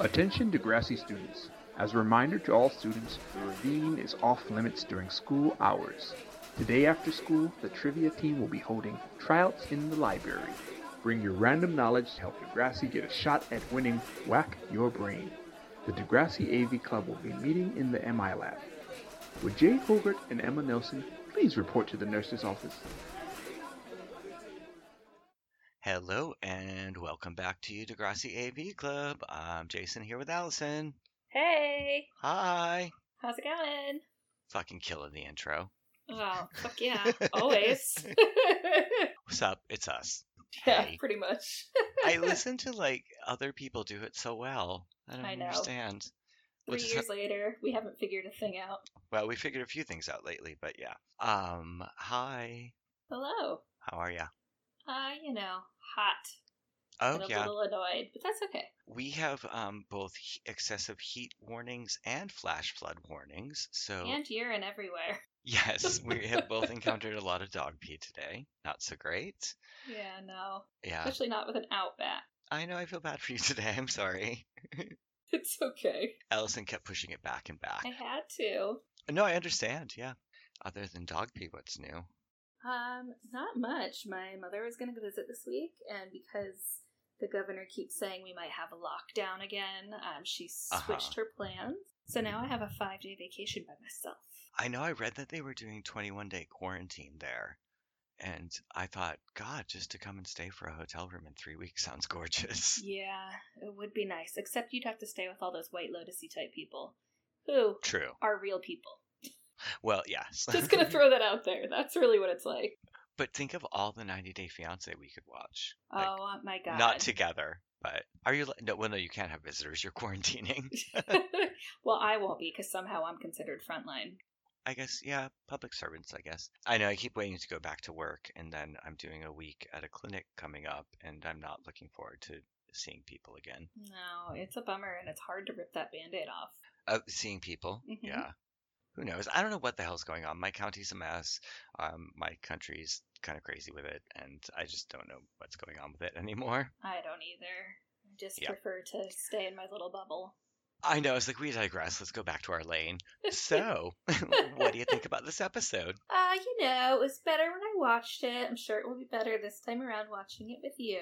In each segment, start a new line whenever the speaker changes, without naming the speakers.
Attention Degrassi students. As a reminder to all students, the ravine is off limits during school hours. Today after school, the trivia team will be holding tryouts in the library. Bring your random knowledge to help Degrassi get a shot at winning Whack Your Brain. The Degrassi AV Club will be meeting in the MI lab. Would Jay Colbert and Emma Nelson please report to the nurse's office?
Hello and welcome back to Degrassi AV Club. I'm Jason here with Allison.
Hey,
Hi.
how's it going?
Fucking killing the intro.
Oh, fuck yeah, always.
What's up? It's us.
yeah,
Hey.
pretty much.
I listen to like other people do it so well. I don't
I know.
understand.
Three
Which is-
years later, we haven't figured a thing out.
Well, we figured a few things out lately, but yeah. Um, hi.
Hello.
How are ya?
Uh, you know, hot
Oh
and a
yeah.
little annoyed, but that's okay.
We have um both he- excessive heat warnings and flash flood warnings. So
And urine everywhere.
yes, we have both encountered a lot of dog pee today. Not so great.
Yeah, no,
Yeah.
especially not with an outback.
I know I feel bad for you today. I'm sorry.
It's okay.
Allison kept pushing it back and back.
I had to.
No, I understand. Yeah. Other than dog pee, what's new?
Um, not much. My mother was going to visit this week, and because the governor keeps saying we might have a lockdown again, um, she
Uh-huh.
switched her plans. So now I have a five day vacation by myself.
I know I read that they were doing 21 day quarantine there. And I thought, God, just to come and stay for a hotel room in three weeks sounds gorgeous.
Yeah, it would be nice. Except you'd have to stay with all those white lotusy type people who
True.
are real people.
Well, yes.
Just gonna throw that out there. That's really what it's like.
but think of all the 90 Day Fiance we could watch. Like,
oh my god.
Not together, but are you? li- No, well, no, you can't have visitors. You're quarantining.
well, I won't be because somehow I'm considered frontline.
I guess, yeah, public servants, I guess. I know I keep waiting to go back to work, and then I'm doing a week at a clinic coming up, and I'm not looking forward to seeing people again.
No, it's a bummer, and it's hard to rip that band aid off.
Uh, seeing people,
Mhm.
yeah. Who knows? I don't know what the hell's going on. My county's a mess. Um, my country's kind of crazy with it, and I just don't know what's going on with it anymore.
I don't either. I just
Yeah.
prefer to stay in my little bubble.
I know. It's like we digress. Let's go back to our lane. So, what do you think about this episode?
Uh, you know, it was better when I watched it. I'm sure it will be better this time around watching it with you.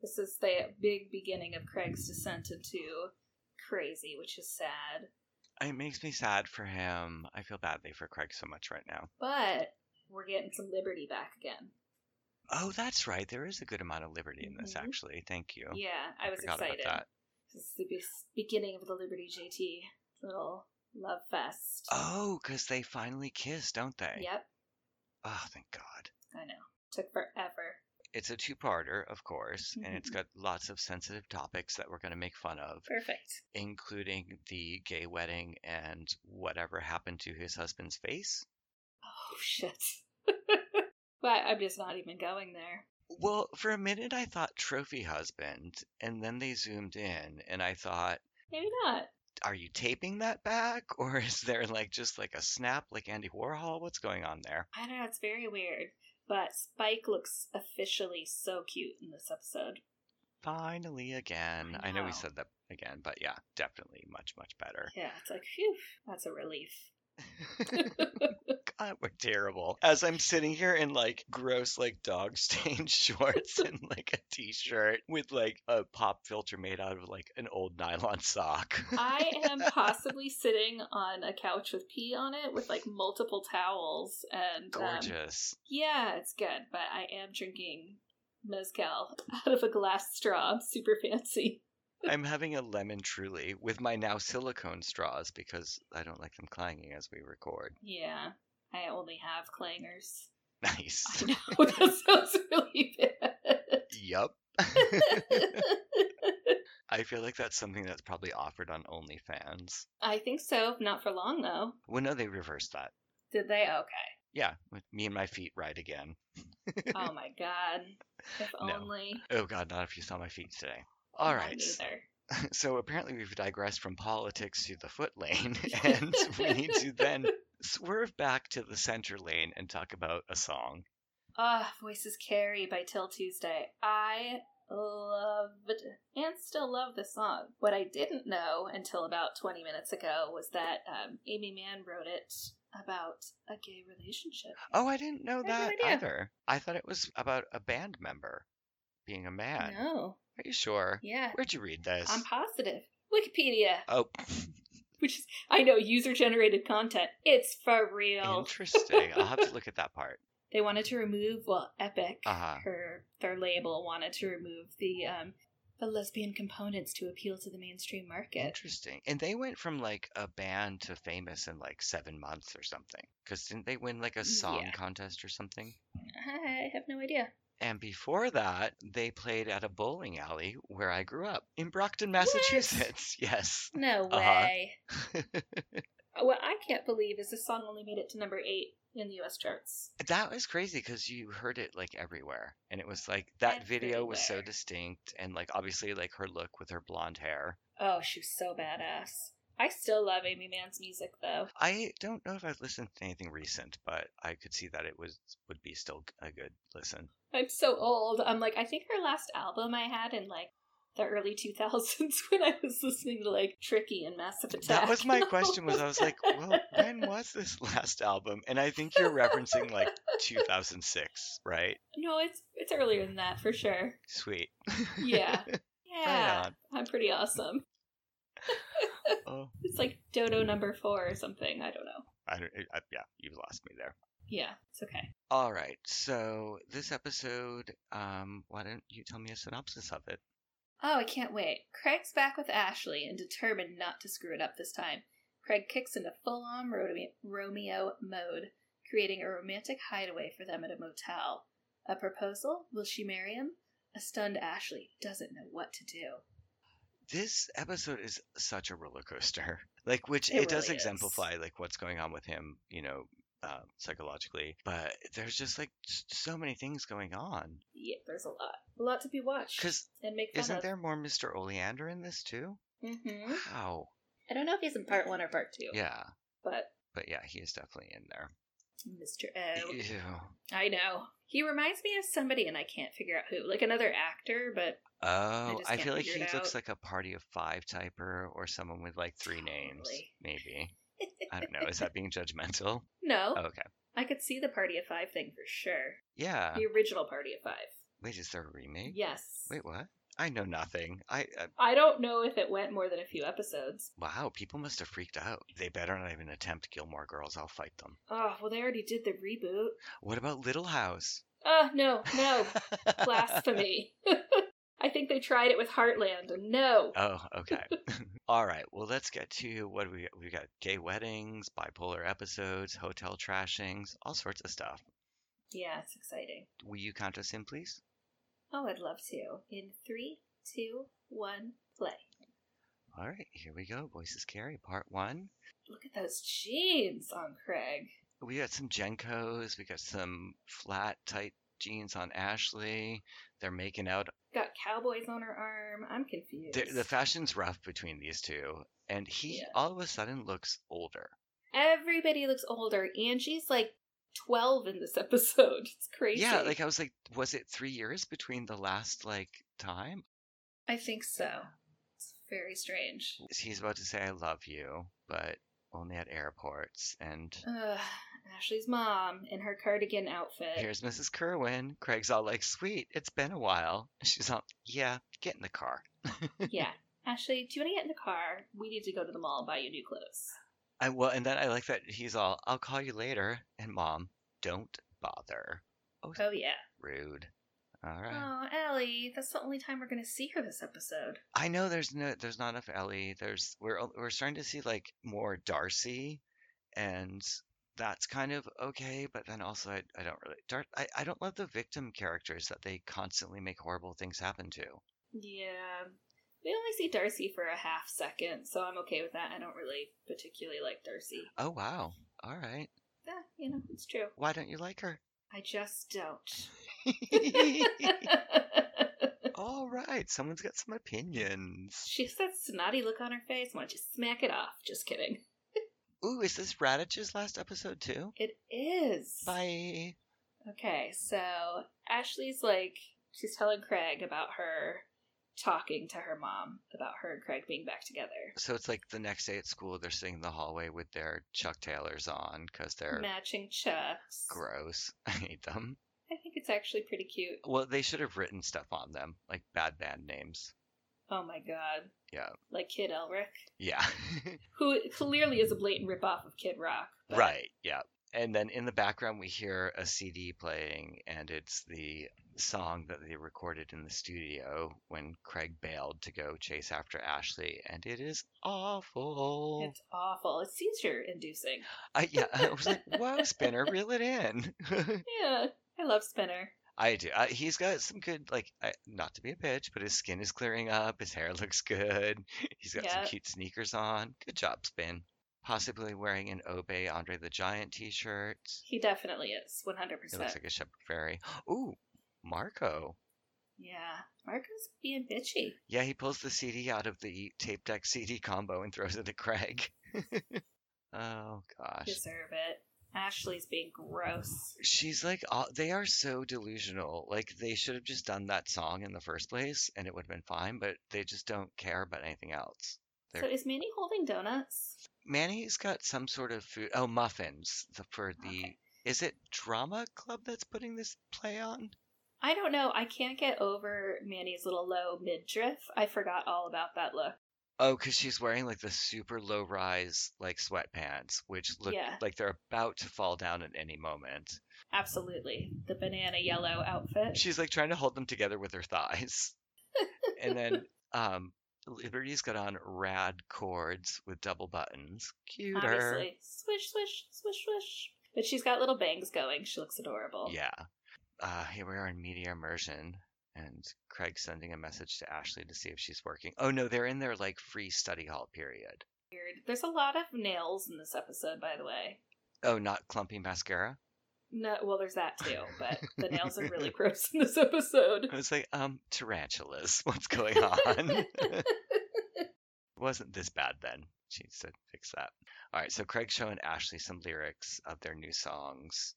This is the big beginning of Craig's descent into crazy, which is sad.
It makes me sad for him. I feel badly for Craig so much right now.
But we're getting some liberty back again.
Oh, that's right. There is a good amount of liberty in this,
Mhm.
actually. Thank you.
Yeah, I was
forgot about
excited.
that.
This is the be- beginning of the Liberty JT little love fest.
Oh, because they finally kiss, don't they?
Yep,
Oh, thank God.
I know. Took forever.
It's a two parter, of course, and it's
Mhm.
got lots of sensitive topics that we're going to make fun of,
Perfect.
including the gay wedding and whatever happened to his husband's face.
Oh shit. but I'm just not even going there.
Well, for a minute, I thought trophy husband, and then they zoomed in, and I thought,
Maybe not.
are you taping that back? Or is there like just like a snap, like Andy Warhol? What's going on there?
I don't know, it's very weird. But Spike looks officially so cute in this episode.
Finally again. I know.
know.
we said that again, but yeah, definitely much, much better.
Yeah, it's like, phew, that's a relief.
God, we're terrible. As I'm sitting here in like gross, like dog stained shorts and like a t shirt with like a pop filter made out of like an old nylon sock.
I am possibly sitting on a couch with pee on it with like multiple towels and um,
Gorgeous.
yeah, it's good, but I am drinking mezcal out of a glass straw. Super fancy.
I'm having a lemon truly with my now silicone straws because I don't like them clanging as we record.
Yeah. I only have clangers.
Nice.
I know that sounds really bad.
yup. I feel like that's something that's probably offered on OnlyFans.
I think so. Not for long though.
Well, no, they reversed that.
Did they? Okay.
Yeah, with me and my feet right again.
Oh my god. If
No.
only.
Oh God, not if you saw my feet today. All
Not
right.
either.
So apparently we've digressed from politics to the foot lane, and we need to then swerve back to the center lane and talk about a song.
Ah, Voices Carry by Till Tuesday. I loved and still love this song. What I didn't know until about 20 minutes ago was that um, Amy Mann wrote it about a gay relationship.
Oh, I didn't know
had no
that
idea.
either. I thought it was about a band member being a man.
No.
Are you sure?
Yeah.
Where'd you read this?
I'm positive. Wikipedia,
oh,
which is, I know, user generated content. It's for real.
interesting. I'll have to look at that part.
They wanted to remove, well, Epic,
Uh-huh.
her their label wanted to remove the um, the lesbian components to appeal to the mainstream market.
Interesting. And they went from like a band to famous in like seven months or something. Because didn't they win like a song
Mm, Yeah.
contest or something?
I have no idea.
And before that, they played at a bowling alley where I grew up in Brockton, Massachusetts. Yes.
No
Uh-huh.
way. what I can't believe is this song only made it to number eight in the U.S. charts.
That was crazy because you heard it like everywhere. And it was like that video was so
Everywhere.
distinct. And like obviously, like her look with her blonde hair.
Oh, she was so badass. I still love Amy Mann's music though.
I don't know if I've listened to anything recent, but I could see that it was would be still a good listen.
I'm so old. I'm like, I think her last album I had in like the early 2000s when I was listening to like Tricky and Massive Attack.
That was my question was uh, I was like, well, when was this last album? And I think you're referencing like 2006, right?
no, it's it's earlier than that for sure.
Sweet.
Yeah. Yeah.
on.
I'm pretty awesome.
oh,
It's like Dodo number 4 or something. I don't know.
I don't, I, yeah, you've lost me there.
Yeah, it's okay.
All right. So this episode, um, why don't you tell me a synopsis of it?
Oh, I can't wait. Craig's back with Ashley and determined not to screw it up this time. Craig kicks into full on Romeo mode, creating a romantic hideaway for them at a motel. A proposal? Will she marry him? A stunned Ashley doesn't know what to do.
This episode is such a roller coaster. Like, which it,
It
does
really is.
exemplify like what's going on with him, you know, uh, psychologically. But there's just like s- so many things going on.
Yeah, there's a lot. A lot to be watched.
Because
and make fun
isn't
of.
there more Mr. Oleander in this too?
hmm
Wow.
I don't know if he's in part one or part two,
Yeah.
but
But yeah, he is definitely in there.
Mr. O.
Ew.
I know. He reminds me of somebody, and I can't figure out who. Like another actor, but
Oh,
just
I,
can't
feel like he
figure it
looks
out.
like a party of five typer or someone with like three names,
Totally.
maybe. I don't know. Is that being judgmental?
no.
Okay.
I could see the Party of Five thing for sure.
Yeah.
The original Party of Five.
Wait, is there a remake?
Yes.
Wait, what? I know nothing. I, I
I don't know if it went more than a few episodes.
wow, people must have freaked out. They better not even attempt Gilmore Girls. I'll fight them.
Oh, well, they already did the reboot.
What about Little House?
Oh, no, no. Blasphemy. I think they tried it with Heartland, and no.
Oh, okay. All right. Well, let's get to what we we got: gay weddings, bipolar episodes, hotel trashings, all sorts of stuff.
Yeah, it's exciting.
Will you count us in, please?
Oh, I'd love to. In three, two, one, play.
All right. Here we go. Voices carry part one.
Look at those jeans on Craig.
We got some Jenkos. We got some flat, tight jeans on Ashley. They're making out.
Got cowboys on her arm. I'm confused.
The, the fashion's rough between these two, and he
Yeah.
all of a sudden looks older.
Everybody looks older. Angie's like 12 in this episode. It's crazy.
Yeah, like I was like, was it three years between the last like time?
I think so. It's very strange.
He's about to say I love you, but only at airports. And
Ugh, Ashley's mom in her cardigan outfit.
here's Mrs. Kerwin. Craig's all like, sweet, it's been a while. She's all, yeah, get in the car.
yeah. Ashley, do you want to get in the car? We need to go to the mall and buy you new clothes.
I well, and then I like that he's all, I'll call you later, and mom, don't bother.
Oh, yeah.
Rude. All right.
Oh, Ellie, that's the only time we're going to see her this episode.
I know there's no, there's not enough Ellie. There's we're o- we're starting to see like more Darcy, and that's kind of okay. But then also I, I don't really Dar- I, I don't love the victim characters that they constantly make horrible things happen to.
Yeah. We only see Darcy for a half second, so I'm okay with that. I don't really particularly like Darcy.
Oh wow. All right.
Yeah, you know, it's true.
Why don't you like her?
I just don't.
All right. Someone's got some opinions.
she has that snotty look on her face. Why don't you smack it off? Just kidding.
Ooh, is this Radich's last episode too?
It is.
Bye.
Okay, so Ashley's like, she's telling Craig about her talking to her mom about her and Craig being back together.
So it's like the next day at school, they're sitting in the hallway with their Chuck Taylors on because they're
Matching chucks.
gross. I hate them.
I think it's actually pretty cute.
Well, they should have written stuff on them, like bad band names.
Oh my god.
Yeah.
Like Kid Elric,
Yeah.
who clearly is a blatant ripoff of Kid Rock. but-
right. Yeah. And then in the background, we hear a CD playing, and it's the song that they recorded in the studio when Craig bailed to go chase after Ashley, and it is awful.
It's awful. It's seizure inducing.
I, yeah, I was like, "Whoa, Spinner, reel it in."
Yeah. I love Spinner.
I do. Uh, he's got some good, like, I, not to be a bitch, but his skin is clearing up. His hair looks good. He's got some
Yep.
cute sneakers on. Good job, Spin. Possibly wearing an Obey Andre the Giant T-shirt.
He definitely is, 100%.
It looks like a shepherd fairy. Ooh, Marco.
yeah. Marco's being bitchy.
Yeah, he pulls the CD out of the tape deck CD combo and throws it at Craig. oh gosh.
Deserve it. Ashley's being gross.
She's like, uh, they are so delusional. Like, they should have just done that song in the first place and it would have been fine, but they just don't care about anything else. They're-
So is Manny holding donuts?
Manny's got some sort of food. Oh, muffins the, for the.
Okay.
Is it Drama Club that's putting this play on?
I don't know. I can't get over Manny's little low midriff. I forgot all about that look.
Oh, because she's wearing like the super low rise, like sweatpants, which look
Yeah.
like they're about to fall down at any moment.
Absolutely. The banana yellow outfit.
She's like trying to hold them together with her thighs. and then um, Liberty's got on rad cords with double buttons. Cuter.
Obviously. Swish, swish, swish, swish. But she's got little bangs going. She looks adorable.
Yeah. Uh, here we are in media immersion, and Craig's sending a message to Ashley to see if she's working. Oh no, they're in their like free study hall period.
Weird. There's a lot of nails in this episode, by the way.
Oh, not clumpy mascara.
No, well, there's that too, but the nails are really gross in this episode.
I was like, um, tarantulas. What's going on? it wasn't this bad then. She needs to fix that. All right, so Craig's showing Ashley some lyrics of their new songs,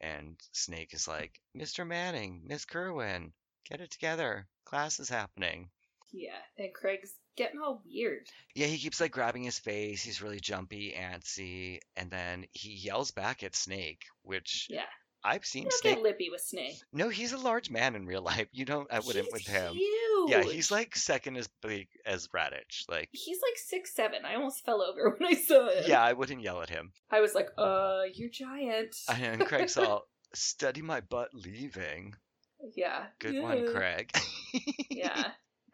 and Snake is like, Mr. Manning, Miss Kerwin, get it together. Class is happening.
Yeah, and Craig's getting all weird.
Yeah, he keeps like grabbing his face. He's really jumpy, antsy, and then he yells back at Snake, which
Yeah,
I've
you
seen
don't
Snake.
get lippy with Snake.
No, he's a large man in real life. You don't. I wouldn't
He's
with him.
Huge.
Yeah, he's like second as big as Radich. Like,
he's like six seven. I almost fell over when I saw him.
yeah, I wouldn't yell at him.
I was like, uh, you're giant.
And Craig's all, "Study my butt leaving."
yeah,
Good one,
Yeah.
Craig.
yeah,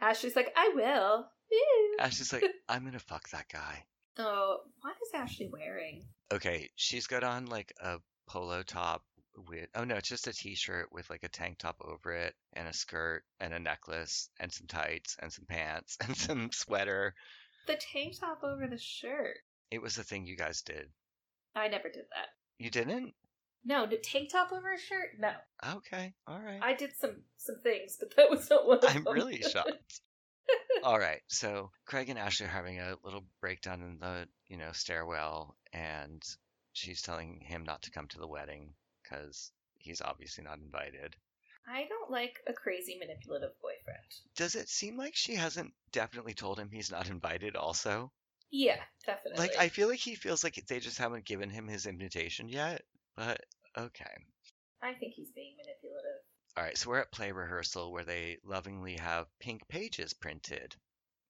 Ashley's like, I will. Woo.
Ashley's like, "I'm gonna fuck that guy."
oh, what is Ashley wearing?
Okay, she's got on like a polo top with oh no, it's just a t-shirt with like a tank top over it and a skirt and a necklace and some tights and some pants and some sweater.
The tank top over the shirt.
It was the thing you guys did.
I never did that.
You didn't?
No, the tank top over a shirt. No,
Okay, all right.
I did some some things, but that was not one of
I'm
them.
really shocked. All right, so Craig and Ashley are having a little breakdown in the you know stairwell, and she's telling him not to come to the wedding because he's obviously not invited.
I don't like a crazy manipulative boyfriend.
Does it seem like she hasn't definitely told him he's not invited also?
Yeah, definitely.
Like I feel like he feels like they just haven't given him his invitation yet, but okay.
I think he's being manipulative.
All right, so we're at play rehearsal where they lovingly have pink pages printed.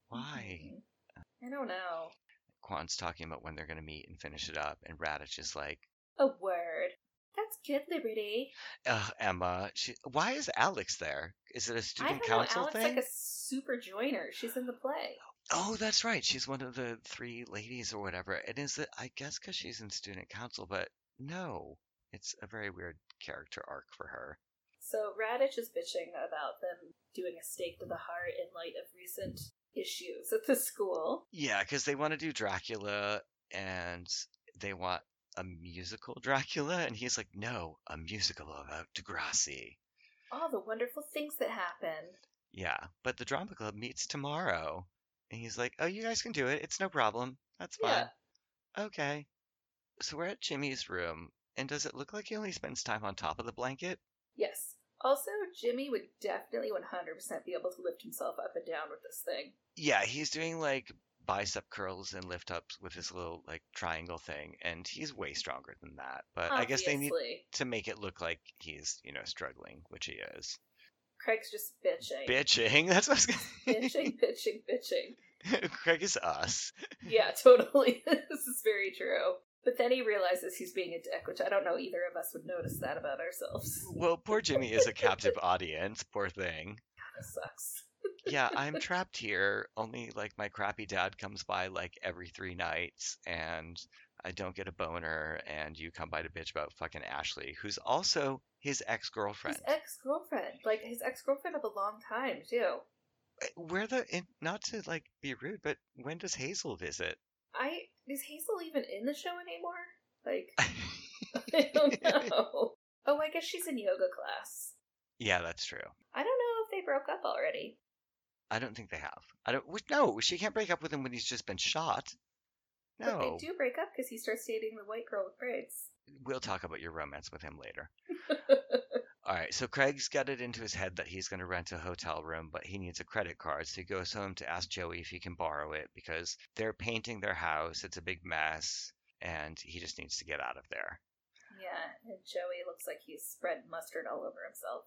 Why?
Mhm. I don't know.
Quan's talking about when they're going to meet and finish it up, and Radich is like,
A word. That's good, Liberty.
Ugh, Emma, she, why is Alex there? Is it a
I
student
don't know.
council
Alex
thing?
like a super joiner. She's in the play.
Oh, that's right. She's one of the three ladies or whatever. And is it, I guess, because she's in student council, but no. It's a very weird character arc for her.
So Radich is bitching about them doing a stake to the heart in light of recent issues at the school.
Yeah, because they want to do Dracula and they want a musical Dracula. And he's like, no, a musical about Degrassi.
All the wonderful things that happen.
Yeah, but the drama club meets tomorrow. And he's like, oh, you guys can do it. It's no problem. That's fine.
Yeah.
Okay. So we're at Jimmy's room And does it look like he only spends time on top of the blanket?
Yes. Also, Jimmy would definitely 100% be able to lift himself up and down with this thing.
Yeah, he's doing like bicep curls and lift ups with his little like triangle thing, and he's way stronger than that. But I guess they need
Obviously.
to make it look like he's, you know, struggling, which he is.
Craig's just bitching.
Bitching. That's what I was
bitching, bitching, bitching.
gonna... Craig is us.
Yeah, totally. this is very true. But then he realizes he's being a dick, which I don't know either of us would notice that about ourselves.
Well, poor Jimmy is a captive audience. Poor thing.
That sucks.
Yeah, I'm trapped here. Only like my crappy dad comes by like every three nights, and I don't get a boner. And you come by to bitch about fucking Ashley, who's also his ex girlfriend.
His ex girlfriend, like his ex girlfriend of a long time too.
Eh, Where the in, not to like be rude, but when does Hazel visit?
I is Hazel even in the show anymore? Like I don't know. Oh, I guess she's in yoga class.
yeah, that's true.
I don't know if they broke up already.
I don't think they have. I don't. wh- No, she can't break up with him when he's just been shot.
But they
No,
do break up because he starts dating the white girl with braids.
we'll talk about your romance with him later. All right, so Craig's got it into his head that he's going to rent a hotel room, but he needs a credit card. So he goes home to ask Joey if he can borrow it because they're painting their house. It's a big mess, and he just needs to get out of there.
yeah, and Joey looks like he's spread mustard all over himself.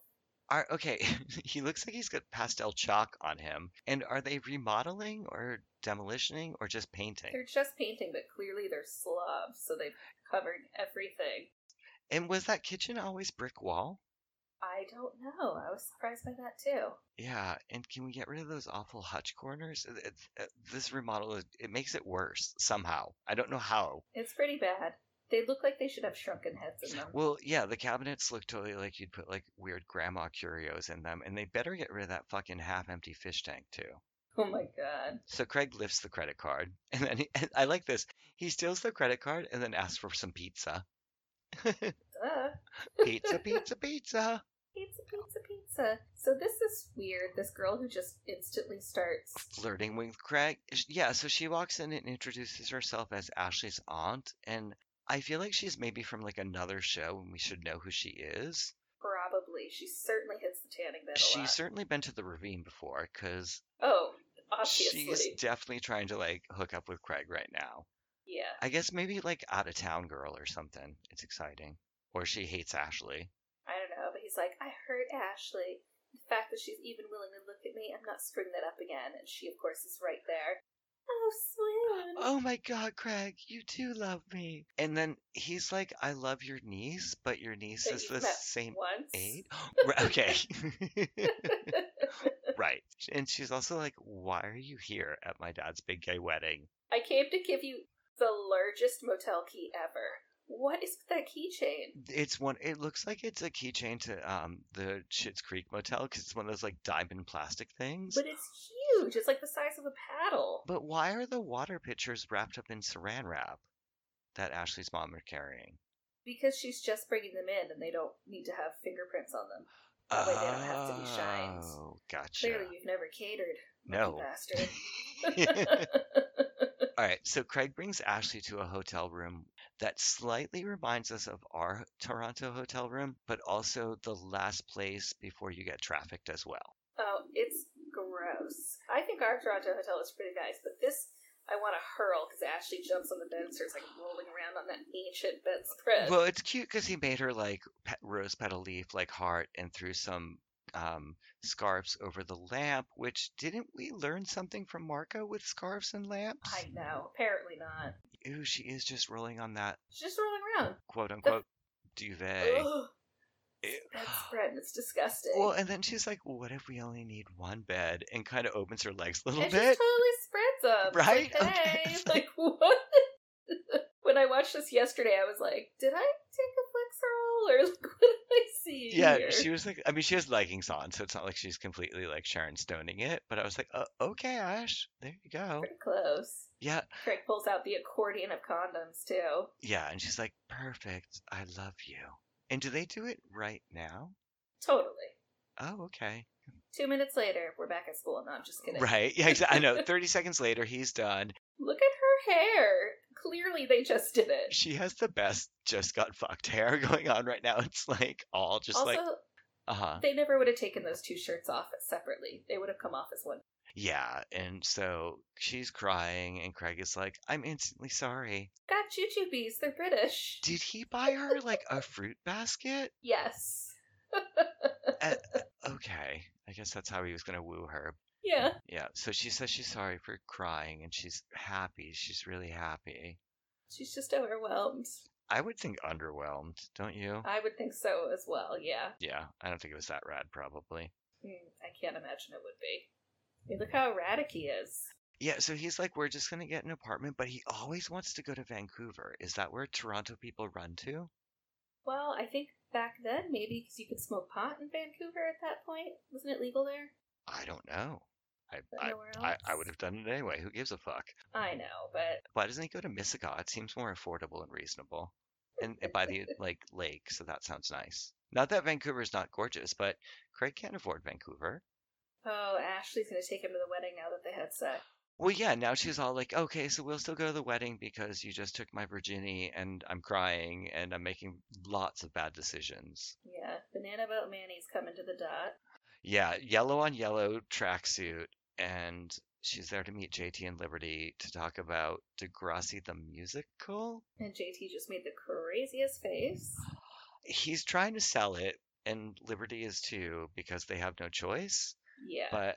Are, okay, he looks like he's got pastel chalk on him. And are they remodeling or demolitioning or just painting?
They're just painting, but clearly they're slobs, so they've covered everything.
And was that kitchen always brick wall?
I don't know. I was surprised by that too.
Yeah, and can we get rid of those awful hutch corners? It- it's- uh, this remodel is, it makes it worse somehow. I don't know how.
It's pretty bad. They look like they should have shrunken heads in them.
Well, yeah, the cabinets look totally like you'd put like weird grandma curios in them, and they better get rid of that fucking half-empty fish tank too.
Oh my god.
So Craig lifts the credit card, and then he, and I like this. He steals the credit card and then asks for some pizza.
Duh.
Pizza, pizza, pizza.
Pizza, pizza, pizza. So this is weird. This girl who just instantly starts.
flirting with Craig. Sh- Yeah, so she walks in and introduces herself as Ashley's aunt, and I feel like she's maybe from like another show, and we should know who she is.
Probably. She certainly hits the tanning bed a lot.
She's certainly been to the ravine before, because
Oh,
she's
obviously.
definitely trying to like hook up with Craig right now.
yeah.
I guess maybe like out of town girl or something. It's exciting, or she hates Ashley.
I don't know, but he's like, I heard Ashley. The fact that she's even willing to look at me, I'm not screwing that up again. And she, of course, is right there. Oh, swoon.
Oh my god, Craig, you do love me. And then he's like, I love your niece, but your niece
That
is
you've
the
met
same
Once.
eight? Right, okay. right. And she's also like, Why are you here at my dad's big gay wedding?
I came to give you the largest motel key ever. What is with that keychain?
It's one it looks like it's a keychain to um the Schitt's Creek motel because it's one of those like diamond plastic things.
But it's huge. It's like the size of a paddle.
But why are the water pitchers wrapped up in saran wrap that Ashley's mom are carrying?
Because she's just bringing them in and they don't need to have fingerprints on them. That way they don't have to be shined.
Oh, gotcha.
Clearly, you've never catered.
no.
You bastard.
All right, so Craig brings Ashley to a hotel room that slightly reminds us of our Toronto hotel room, but also the last place before you get trafficked as well.
oh, it's gross. I think our Toronto hotel is pretty nice, but this I want to hurl because Ashley jumps on the bed and starts like rolling around on that ancient bedspread.
Well, it's cute because he made her like pe- rose petal leaf, like heart, and threw some um, scarves over the lamp, which didn't we learn something from Marco with scarves and lamps?
I know. Apparently not.
Ooh, she is just rolling on that
She's just rolling around.
quote unquote duvet.
Ugh,
Ew.
bedspread. It's disgusting.
Well, and then she's like, "What if we only need one bed?" and kind of opens her legs a little
and
bit.
just totally spreads them.
Right?
Like,
Okay.
hey, like what? when I watched this yesterday, I was like, did I take a flexor roll or like what did I see?
yeah,
here?
she was like, I mean, she has leggings on, so it's not like she's completely like Sharon Stoning it. But I was like, uh, okay, Ash, there you go.
pretty close.
Yeah,
Craig pulls out the accordion of condoms too.
yeah, and she's like, perfect, I love you. And do they do it right now?
Totally.
Oh, okay.
Two minutes later, we're back at school. No, I'm just kidding.
Right? Yeah, exa- I know. 30 seconds later, he's done.
Look at her hair. Clearly, they just did it.
She has the best just got fucked hair going on right now. It's like all just
also,
like, uh huh.
they never would have taken those two shirts off separately. They would have come off as one.
Yeah. And so she's crying, and Craig is like, I'm instantly sorry.
God, jujubes, they're British.
Did he buy her like a fruit basket?
Yes.
Okay. I guess that's how he was going to woo her.
Yeah.
Yeah. So she says she's sorry for crying and she's happy. She's really happy.
She's just overwhelmed.
I would think underwhelmed, don't you?
I would think so as well, yeah.
Yeah. I don't think it was that rad, probably.
Mm, I can't imagine it would be. I mean, look how erratic he is.
Yeah. So he's like, we're just going to get an apartment, but he always wants to go to Vancouver. Is that where Toronto people run to?
Well, I think back then, maybe because you could smoke pot in Vancouver at that point. Wasn't it legal there?
I don't know. I,
But
I,
nowhere
I, I
else?
would have done it anyway. Who gives a fuck?
I know, but
Why doesn't he go to Mississauga? It seems more affordable and reasonable. And, and by the like lake, so that sounds nice. Not that Vancouver's not gorgeous, but Craig can't afford Vancouver.
oh, Ashley's going to take him to the wedding now that they had sex.
Well, yeah, now she's all like, okay, so we'll still go to the wedding because you just took my virginity and I'm crying and I'm making lots of bad decisions.
Yeah, banana boat Manny's coming to the dot.
Yeah, yellow on yellow tracksuit, and she's there to meet JT and Liberty to talk about Degrassi the musical.
And JT just made the craziest face.
He's trying to sell it, and Liberty is too because they have no choice.
Yeah.
But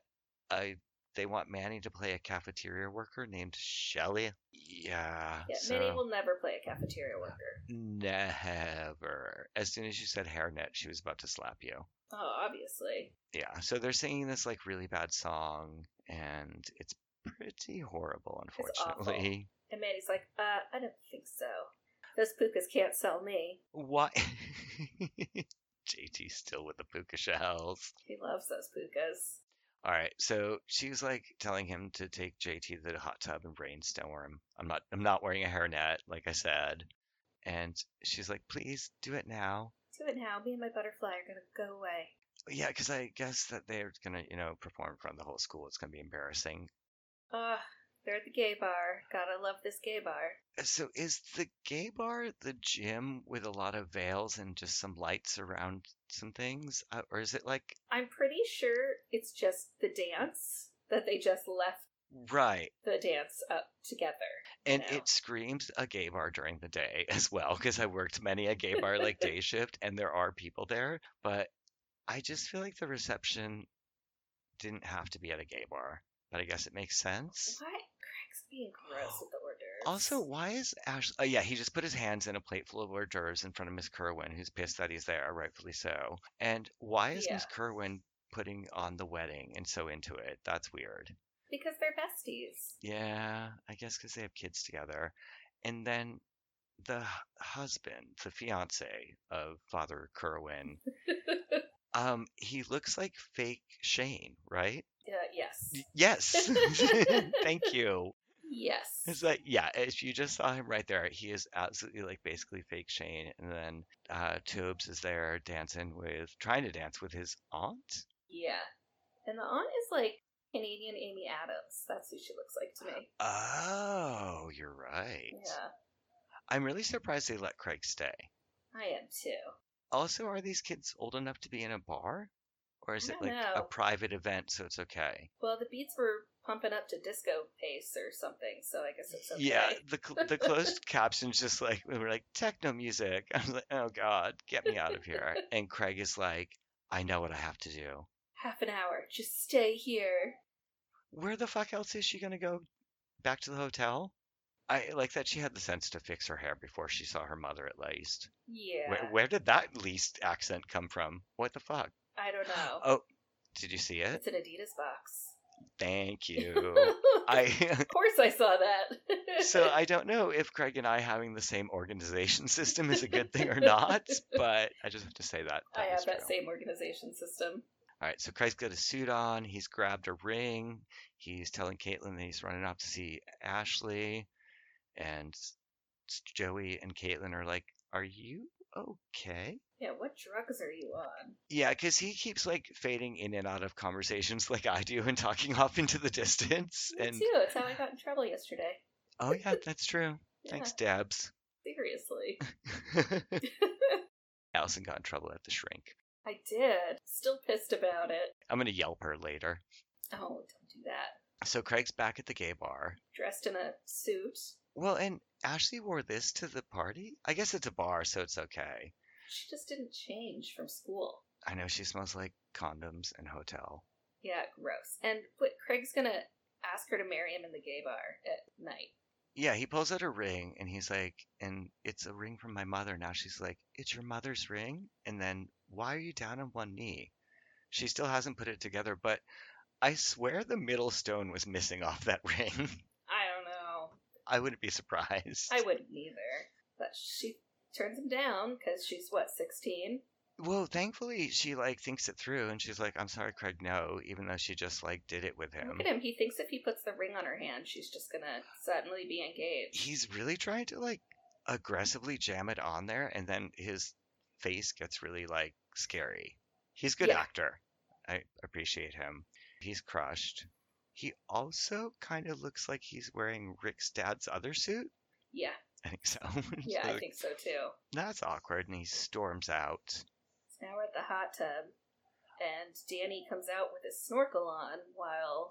I, they want Manny to play a cafeteria worker named Shelly. Yeah,
yeah,
so
Manny will never play a cafeteria worker.
never. As soon as you said hairnet, she was about to slap you.
Oh, obviously.
Yeah, so they're singing this like really bad song, and it's pretty horrible,
awful.
unfortunately.
And Manny's like, uh, I don't think so. Those pukas can't sell me.
Why? JT still with the puka shells.
He loves those pukas.
All right, so she's like telling him to take JT to the hot tub and brainstorm. I'm not, I'm not wearing a hairnet, like I said, and she's like, please do it now.
Do it now. Me and my butterfly are going to go away.
Yeah, because I guess that they're gonna, you know, perform in front of the whole school. It's gonna be embarrassing.
Ah, they're at the gay bar. Gotta love this gay bar.
Uh, So is the gay bar the gym with a lot of veils and just some lights around some things, Uh, or is it like
I'm pretty sure it's just the dance that they just left
right?
the dance up together.
And
know.
it screams a gay bar during the day as well, because I worked many a gay bar like day shift, and there are people there. But I just feel like the reception didn't have to be at a gay bar. But I guess it makes sense.
Why? Craig's being gross with the orders.
Also, why is Ash? Oh, yeah, he just put his hands in a plate full of hors d'oeuvres in front of Miss Kerwin, who's pissed that he's there, rightfully so. And why is Miss
Yeah.
Kerwin putting on the wedding and so into it? That's weird.
because they're besties.
Yeah, I guess because they have kids together. And then the h- husband, the fiance of Father Kerwin,
Uh,
um, he looks like fake Shane, right?
Uh, yes.
Y- Yes. Thank you.
Yes.
It's like, yeah, if you just saw him right there, he is absolutely like basically fake Shane. And then uh, Tobes is there dancing with, trying to dance with his aunt.
yeah. And the aunt is like Canadian Amy Adams. That's who she looks like to me.
Oh, you're right.
Yeah.
I'm really surprised they let Craig stay.
I am too.
Also, are these kids old enough to be in a bar? Or is
I
it
don't
like a
know.
private event, so it's okay?
Well, the beats were pumping up to disco pace or something, so I guess it's okay.
Yeah, the cl- the closed captions just like we were like techno music. I was like, oh god, get me out of here. And Craig is like, I know what I have to do.
Half an hour. Just stay here.
Where the fuck else is she gonna go? Back to the hotel? I like that she had the sense to fix her hair before she saw her mother at least.
Yeah.
Where, where did that least accent come from? What the fuck?
I don't know.
Oh, did you see it?
It's an Adidas box.
Thank you. oh, I
Of course I saw that.
so I don't know if Craig and I having the same organization system is a good thing or not, but I just have to say that.
I have
is
Oh, that
true.
same organization system.
All right, so Craig's got a suit on. He's grabbed a ring. He's telling Caitlin that he's running off to see Ashley, and s- Joey and Caitlin are like, "Are you okay.
Yeah, what drugs are you on?
Yeah, because he keeps like fading in and out of conversations like I do and talking off into the distance.
Me
and
too. It's how I got in trouble yesterday.
oh, yeah, that's true.
Yeah,
Thanks, Dabs.
seriously.
Allison got in trouble at the shrink.
I did. Still pissed about it.
I'm going to yelp her later.
Oh, don't do that.
So Craig's back at the gay bar.
Dressed in a suit.
Well, and Ashley wore this to the party? I guess it's a bar, so it's okay.
She just didn't change from school.
I know she smells like condoms and hotel.
Yeah, gross. And what Craig's gonna ask her to marry him in the gay bar at night.
Yeah, he pulls out a ring and he's like, and it's a ring from my mother. Now she's like, it's your mother's ring? And then, why are you down on one knee? She still hasn't put it together, but I swear the middle stone was missing off that ring.
I don't know.
I wouldn't be surprised.
I wouldn't either. But she turns him down because she's what, 16?
well, thankfully, she like thinks it through and she's like, I'm sorry, Craig, no, even though she just like did it with him.
Look at him. He thinks if he puts the ring on her hand, she's just gonna suddenly be engaged.
He's really trying to like aggressively jam it on there, and then his face gets really like scary. He's a good
Yeah.
actor. I appreciate him. He's crushed. He also kind of looks like he's wearing Rick's dad's other suit.
Yeah,
I think so.
yeah, I
So
think so too.
That's awkward, and he storms out.
So now we're at the hot tub, and Danny comes out with his snorkel on while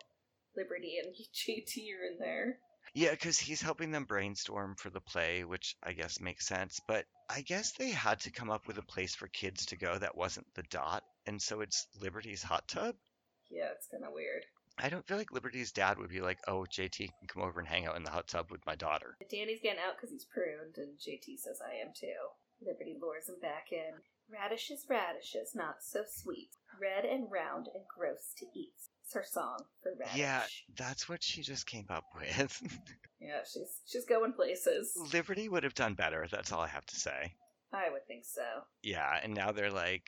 Liberty and JT are in there.
Yeah, because he's helping them brainstorm for the play, which I guess makes sense. But I guess they had to come up with a place for kids to go that wasn't the dot, and so it's Liberty's hot tub.
Yeah, it's kind of weird.
I don't feel like Liberty's dad would be like, "Oh, JT can come over and hang out in the hot tub with my daughter."
Danny's getting out because he's pruned, and JT says, I am too. Liberty lures him back in. Radishes, radishes, not so sweet. Red and round and gross to eat. It's her song for radish.
Yeah, that's what she just came up with.
Yeah, she's she's going places.
Liberty would have done better. That's all I have to say.
I would think so.
Yeah, and now they're like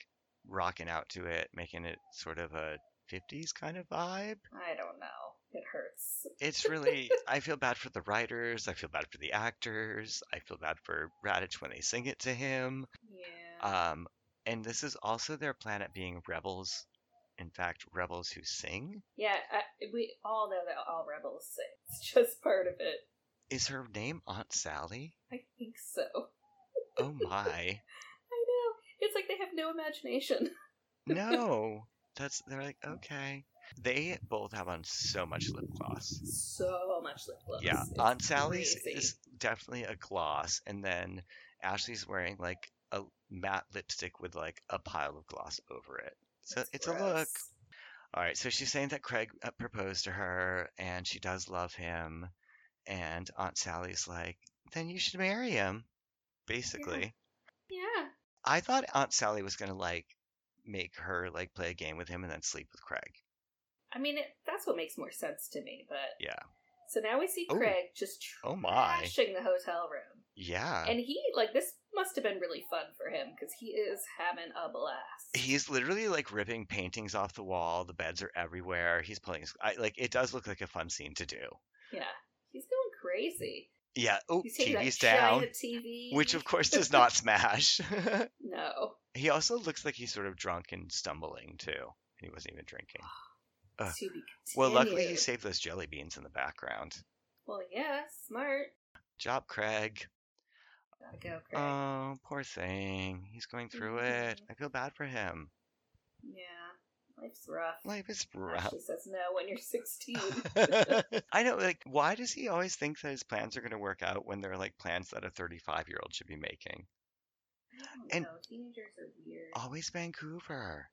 rocking out to it, making it sort of a 50s kind of vibe.
I don't know. It hurts.
It's really I feel bad for the writers, I feel bad for the actors, I feel bad for Radich when they sing it to him.
Yeah.
Um and this is also their planet being rebels. In fact, rebels who sing.
yeah, I, we all know that all rebels sing. It's just part of it.
Is her name Aunt Sally?
I think so. I
Oh my.
know. It's like they have no imagination.
No. That's they're like, okay. They both have on so much lip gloss.
So much lip gloss.
Yeah.
It's
Aunt Sally's
crazy.
is definitely a gloss and then Ashley's wearing like a matte lipstick with like a pile of gloss over it. So
That's
it's a look.
gross.
All right, so she's saying that Craig uh, proposed to her and she does love him. And Aunt Sally's like, then you should marry him, basically.
Yeah.
I thought Aunt Sally was gonna like make her like play a game with him and then sleep with Craig.
I mean, it, that's what makes more sense to me, but.
Yeah.
So now we see
Oh.
Craig just
Oh my. Uh.
trashing the hotel room.
Yeah.
And he, like, this must have been really fun for him because he is having a blast.
He's literally like ripping paintings off the wall. The beds are everywhere. He's playing. I, like it does look like a fun scene to do.
yeah. He's going crazy.
Yeah. Oh,
He's taking
TV's
that giant
down,
TV.
which of course does not smash.
No.
he also looks like he's sort of drunk and stumbling too. And he wasn't even drinking.
Ah,
Uh,
to be
Well, luckily he
continued.
saved those jelly beans in the background.
Well, yeah, smart.
Job, Craig.
Gotta go, Craig.
Oh, poor thing. He's going through it.
Mhm.
I feel bad for him.
yeah. Life's rough.
Life is rough.
Ashley says no when you're 16.
I know, like, why does he always think that his plans are going to work out when they're like plans that a 35 year old should be making? And-
no, teenagers are weird.
Always Vancouver.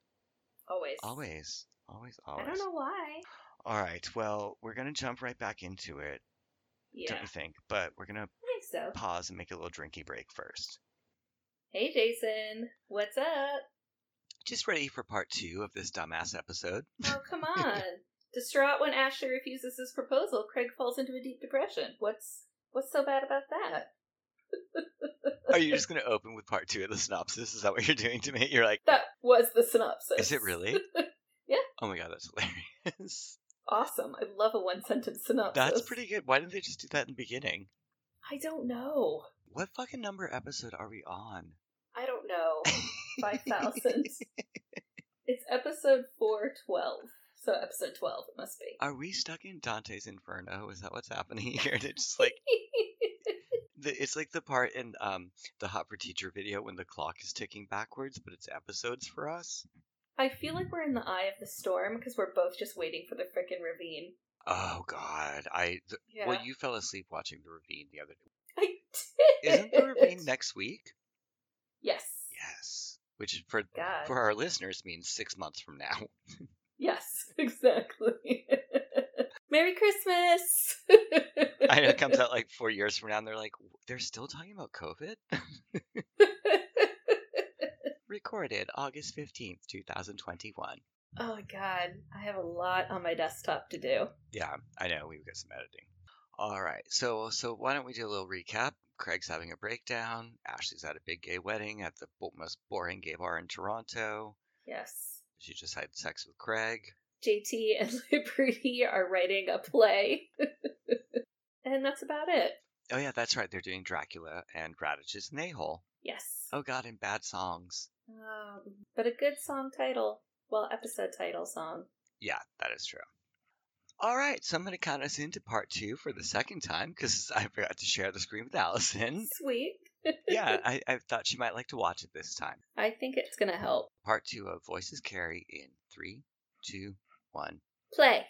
Always.
Always. Always,
I
always.
don't know why.
All right, well, we're going to jump right back into it,
Yeah,
don't you think? But we're going
I think so.
to pause and make a little drinky break first.
Hey, Jason. What's up?
Just ready for part two of this dumbass episode.
Oh, come on. Distraught when Ashley refuses his proposal, Craig falls into a deep depression. What's what's so bad about that?
Are you just going to open with part two of the synopsis? Is that what you're doing to me? You're like,
That was the synopsis.
Is it really?
Yeah.
Oh my god, that's hilarious.
Awesome. I love a one sentence synopsis.
That's pretty good. Why didn't they just do that in the beginning?
I don't know.
What fucking number episode are we on?
I don't know. 5,000. it's episode 412. So episode 12, it must be.
Are we stuck in Dante's Inferno? Is that what's happening here? They're just like the, it's like the part in um the Hot for Teacher video when the clock is ticking backwards, but it's episodes for us.
I feel like we're in the eye of the storm because we're both just waiting for the frickin' ravine.
Oh God, I th-
Yeah.
well you fell asleep watching the ravine the other day.
I did.
Isn't the ravine next week?
Yes.
Yes, which for
God.
for our listeners means six months from now.
Yes, exactly. Merry Christmas!
I know it comes out like four years from now, and they're like, they're still talking about COVID. Recorded August fifteenth, two thousand twenty-one.
oh my god, I have a lot on my desktop to do.
Yeah, I know. We've got some editing. All right. So, so why don't we do a little recap? Craig's having a breakdown. Ashley's at a big gay wedding at the bo- most boring gay bar in Toronto.
Yes.
She just had sex with Craig.
JT and Liberty are writing a play. and that's about it.
Oh yeah, that's right. They're doing Dracula and Radich's Nahole.
Yes.
Oh god, and bad songs.
Um, but a good song title. Well, episode title song.
Yeah, that is true. All right, so I'm going to count us into part two for the second time because I forgot to share the screen with Allison.
Sweet.
yeah, I, I thought she might like to watch it this time.
I think it's going to help.
Part two of Voices Carry in three, two, one.
Play.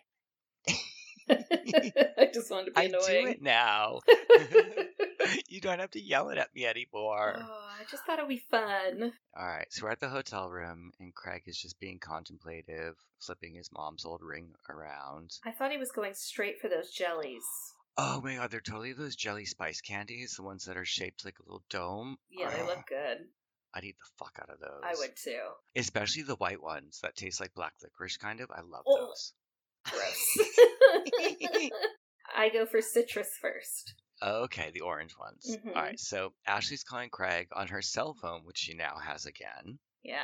I just wanted to be
I do
annoying.
it now. you don't have to yell it at me anymore.
Oh, I just thought it'd be fun.
All right, so we're at the hotel room, and Craig is just being contemplative, flipping his mom's old ring around.
I thought he was going straight for those jellies.
Oh my god, they're totally those jelly spice candies, the ones that are shaped like a little dome.
Yeah, they
Ugh,
look good.
I'd eat the fuck out of those.
I would too.
Especially the white ones that taste like black licorice, kind of. I love
Oh.
those.
Gross. I go for citrus first.
Okay, the orange ones.
Mhm.
All right, so Ashley's calling Craig on her cell phone, which she now has again.
Yeah.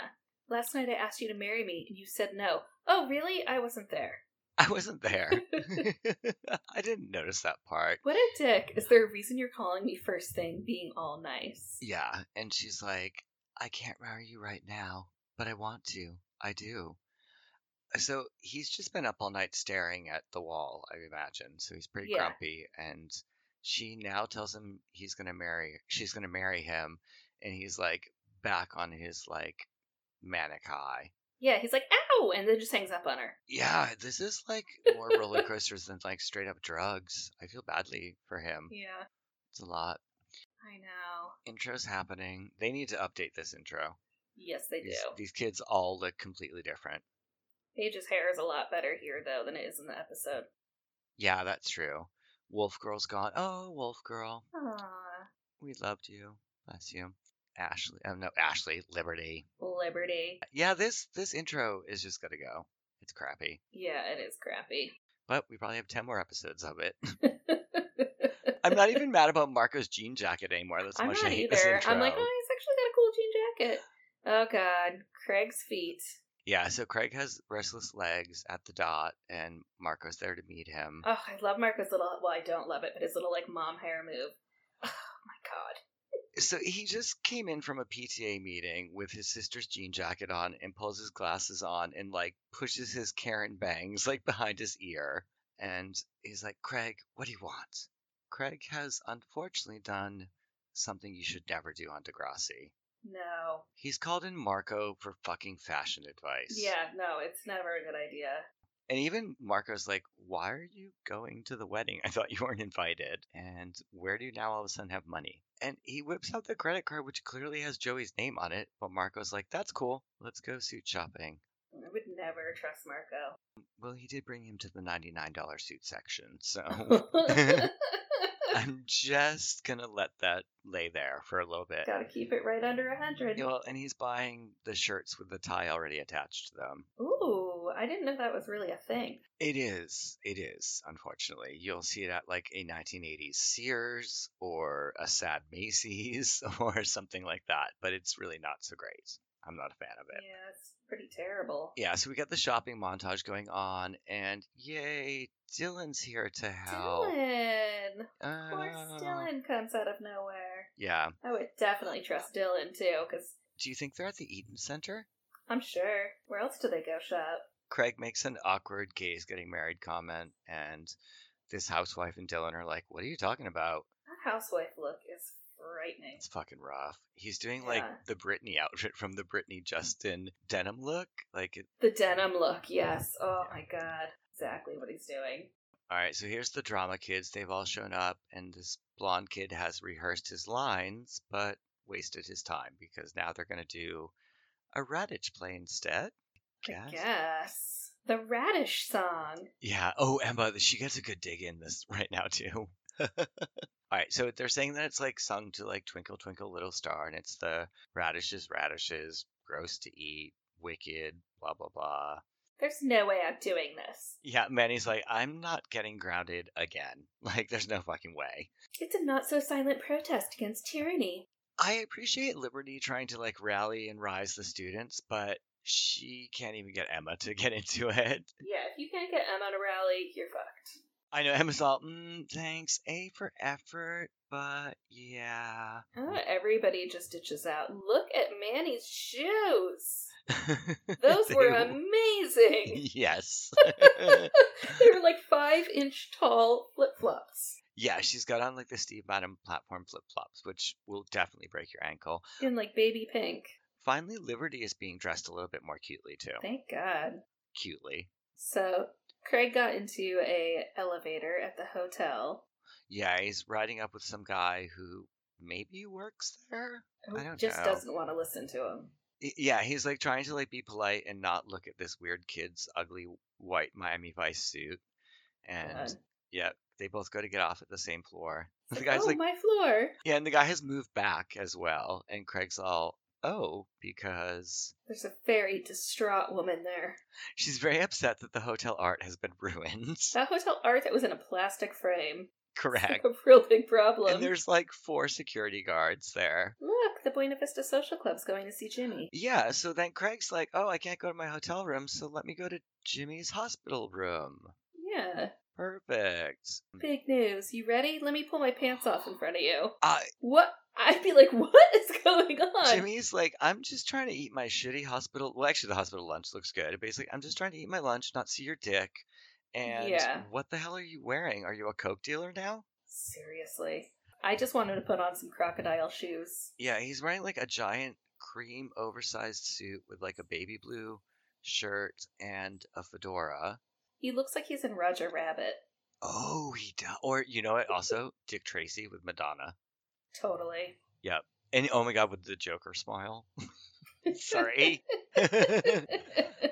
Last night I asked you to marry me and you said no. Oh, really? I wasn't there.
I wasn't there. I didn't notice that part.
What a dick. Is there a reason you're calling me first thing being all nice?
Yeah, and she's like, I can't marry you right now, but I want to. I do. So he's just been up all night staring at the wall, I imagine. So he's pretty
Yeah.
grumpy and she now tells him he's going to marry she's going to marry him and he's like back on his like manic high.
Yeah, he's like, ow! And then just hangs up on her.
Yeah, this is like more roller coasters than like straight up drugs. I feel badly for him.
Yeah,
It's a lot.
I know.
intro's happening. They need to update this intro.
Yes, they do.
These, these kids all look completely different.
Paige's hair is a lot better here, though, than it is in the episode.
Yeah, that's true. Wolf Girl's gone. Oh, Wolf Girl,
Aww.
we loved you. Bless you. Ashley, oh no, Ashley, Liberty.
Liberty.
Yeah, this this intro is just gonna go. It's crappy,
Yeah, it is crappy.
but we probably have ten more episodes of it. I'm not even mad about Marco's jean jacket anymore. That's how
I'm
much
not
I hate this
either.
intro.
I'm like, oh, he's actually got a cool jean jacket. Oh, God. Craig's feet.
Yeah, so Craig has restless legs at the dot, and Marco's there to meet him.
Oh, I love Marco's little, well, I don't love it, but his little, like, mom hair move. Oh, my God.
So he just came in from a PTA meeting with his sister's jean jacket on and pulls his glasses on and like pushes his Karen bangs like behind his ear. And he's like, Craig, what do you want? Craig has unfortunately done something you should never do on Degrassi.
No.
He's called in Marco for fucking fashion advice.
Yeah, no, it's never a good idea.
And even Marco's like, why are you going to the wedding? I thought you weren't invited. And where do you now all of a sudden have money? And he whips out the credit card, which clearly has Joey's name on it. But Marco's like, that's cool. Let's go suit shopping.
I would never trust Marco.
Well, he did bring him to the $99 suit section. So
Gotta
I'm just going to let that lay there for a little bit.
keep it right under a hundred.
Yeah, Well, and he's buying the shirts with the tie already attached to them.
Ooh, I didn't know that was really a thing.
It is. It is, unfortunately. You'll see it at like a 1980s Sears or a sad Macy's or something like that, but it's really not so great.
I'm not a fan of it.
Yeah, it's pretty terrible.
Yeah, so we got the shopping montage going on, and yay, Dylan's here to help.
Dylan! Of course,
Uh,
Dylan comes out of nowhere.
Yeah.
I would definitely trust Dylan too, because
Do you think they're at the Eaton Center?
I'm sure. Where else do they go shop?
Craig makes an awkward gays getting married comment, and this housewife and Dylan are like, What are you talking about?
That housewife look is frightening.
It's fucking rough. He's doing like
Yeah.
the Britney outfit from the Britney Justin denim look. Like, it-
The denim look, yes. Oh my god. Exactly what he's doing.
all right, so here's the drama kids. They've all shown up, and this blonde kid has rehearsed his lines, but wasted his time because now they're going to do a radish play instead.
I
Guess.
guess. The radish song.
Yeah. Oh, Emma, she gets a good dig in this right now too. All right. So they're saying that it's like sung to like Twinkle Twinkle Little Star, and it's the radishes, radishes, gross to eat, wicked, blah blah blah.
There's no way I'm doing this.
Yeah, Manny's like, I'm not getting grounded again. Like, there's no fucking way.
It's a not so silent protest against tyranny.
I appreciate Liberty trying to like rally and rise the students, but she can't even get Emma to get into it.
Yeah, if you can't get Emma to rally, you're fucked.
I know Emma's all, mm, thanks, A for effort, but yeah.
Oh, everybody just ditches out. Look at Manny's shoes. Those
They
were
were-
amazing.
Yes.
They were like five inch tall flip flops
yeah, she's got on like the Steve Madden platform flip flops, which will definitely break your ankle.
in like baby pink.
Finally, Liberty is being dressed a little bit more cutely, too.
Thank God.
Cutely.
So Craig got into a elevator at the hotel.
Yeah, he's riding up with some guy who maybe works there.
Who
I don't
just
know.
doesn't want to listen to him.
Y- Yeah, he's like trying to like be polite and not look at this weird kid's ugly white Miami Vice suit. And
God.
yeah, they both go to get off at the same floor. The
Like,
guy's
oh,
like,
my floor.
Yeah, and the guy has moved back as well. And Craig's all, oh, because
There's a very distraught woman there.
she's very upset that the hotel art has been ruined.
That hotel art that was in a plastic frame. Like
Correct.
a real big problem.
And there's like four security guards there.
Look, the Buena Vista Social Club's going to see Jimmy.
Yeah, so then Craig's like, oh, I can't go to my hotel room, so let me go to Jimmy's hospital room.
Yeah.
Perfect.
Big news. You ready? Let me pull my pants off in front of you.
Uh,
What? I'd be like, what is going on?
Jimmy's like, I'm just trying to eat my shitty hospital. Well, actually, the hospital lunch looks good. Basically, I'm just trying to eat my lunch, not see your dick. And
Yeah.
what the hell are you wearing? Are you a Coke dealer now?
Seriously. I just wanted to put on some crocodile shoes.
Yeah, he's wearing like a giant cream oversized suit with like a baby blue shirt and a fedora.
He looks like he's in Roger Rabbit.
Oh, he does. Or you know what? Also, Dick Tracy with Madonna,
Totally.
and oh my God, with the Joker smile. Sorry,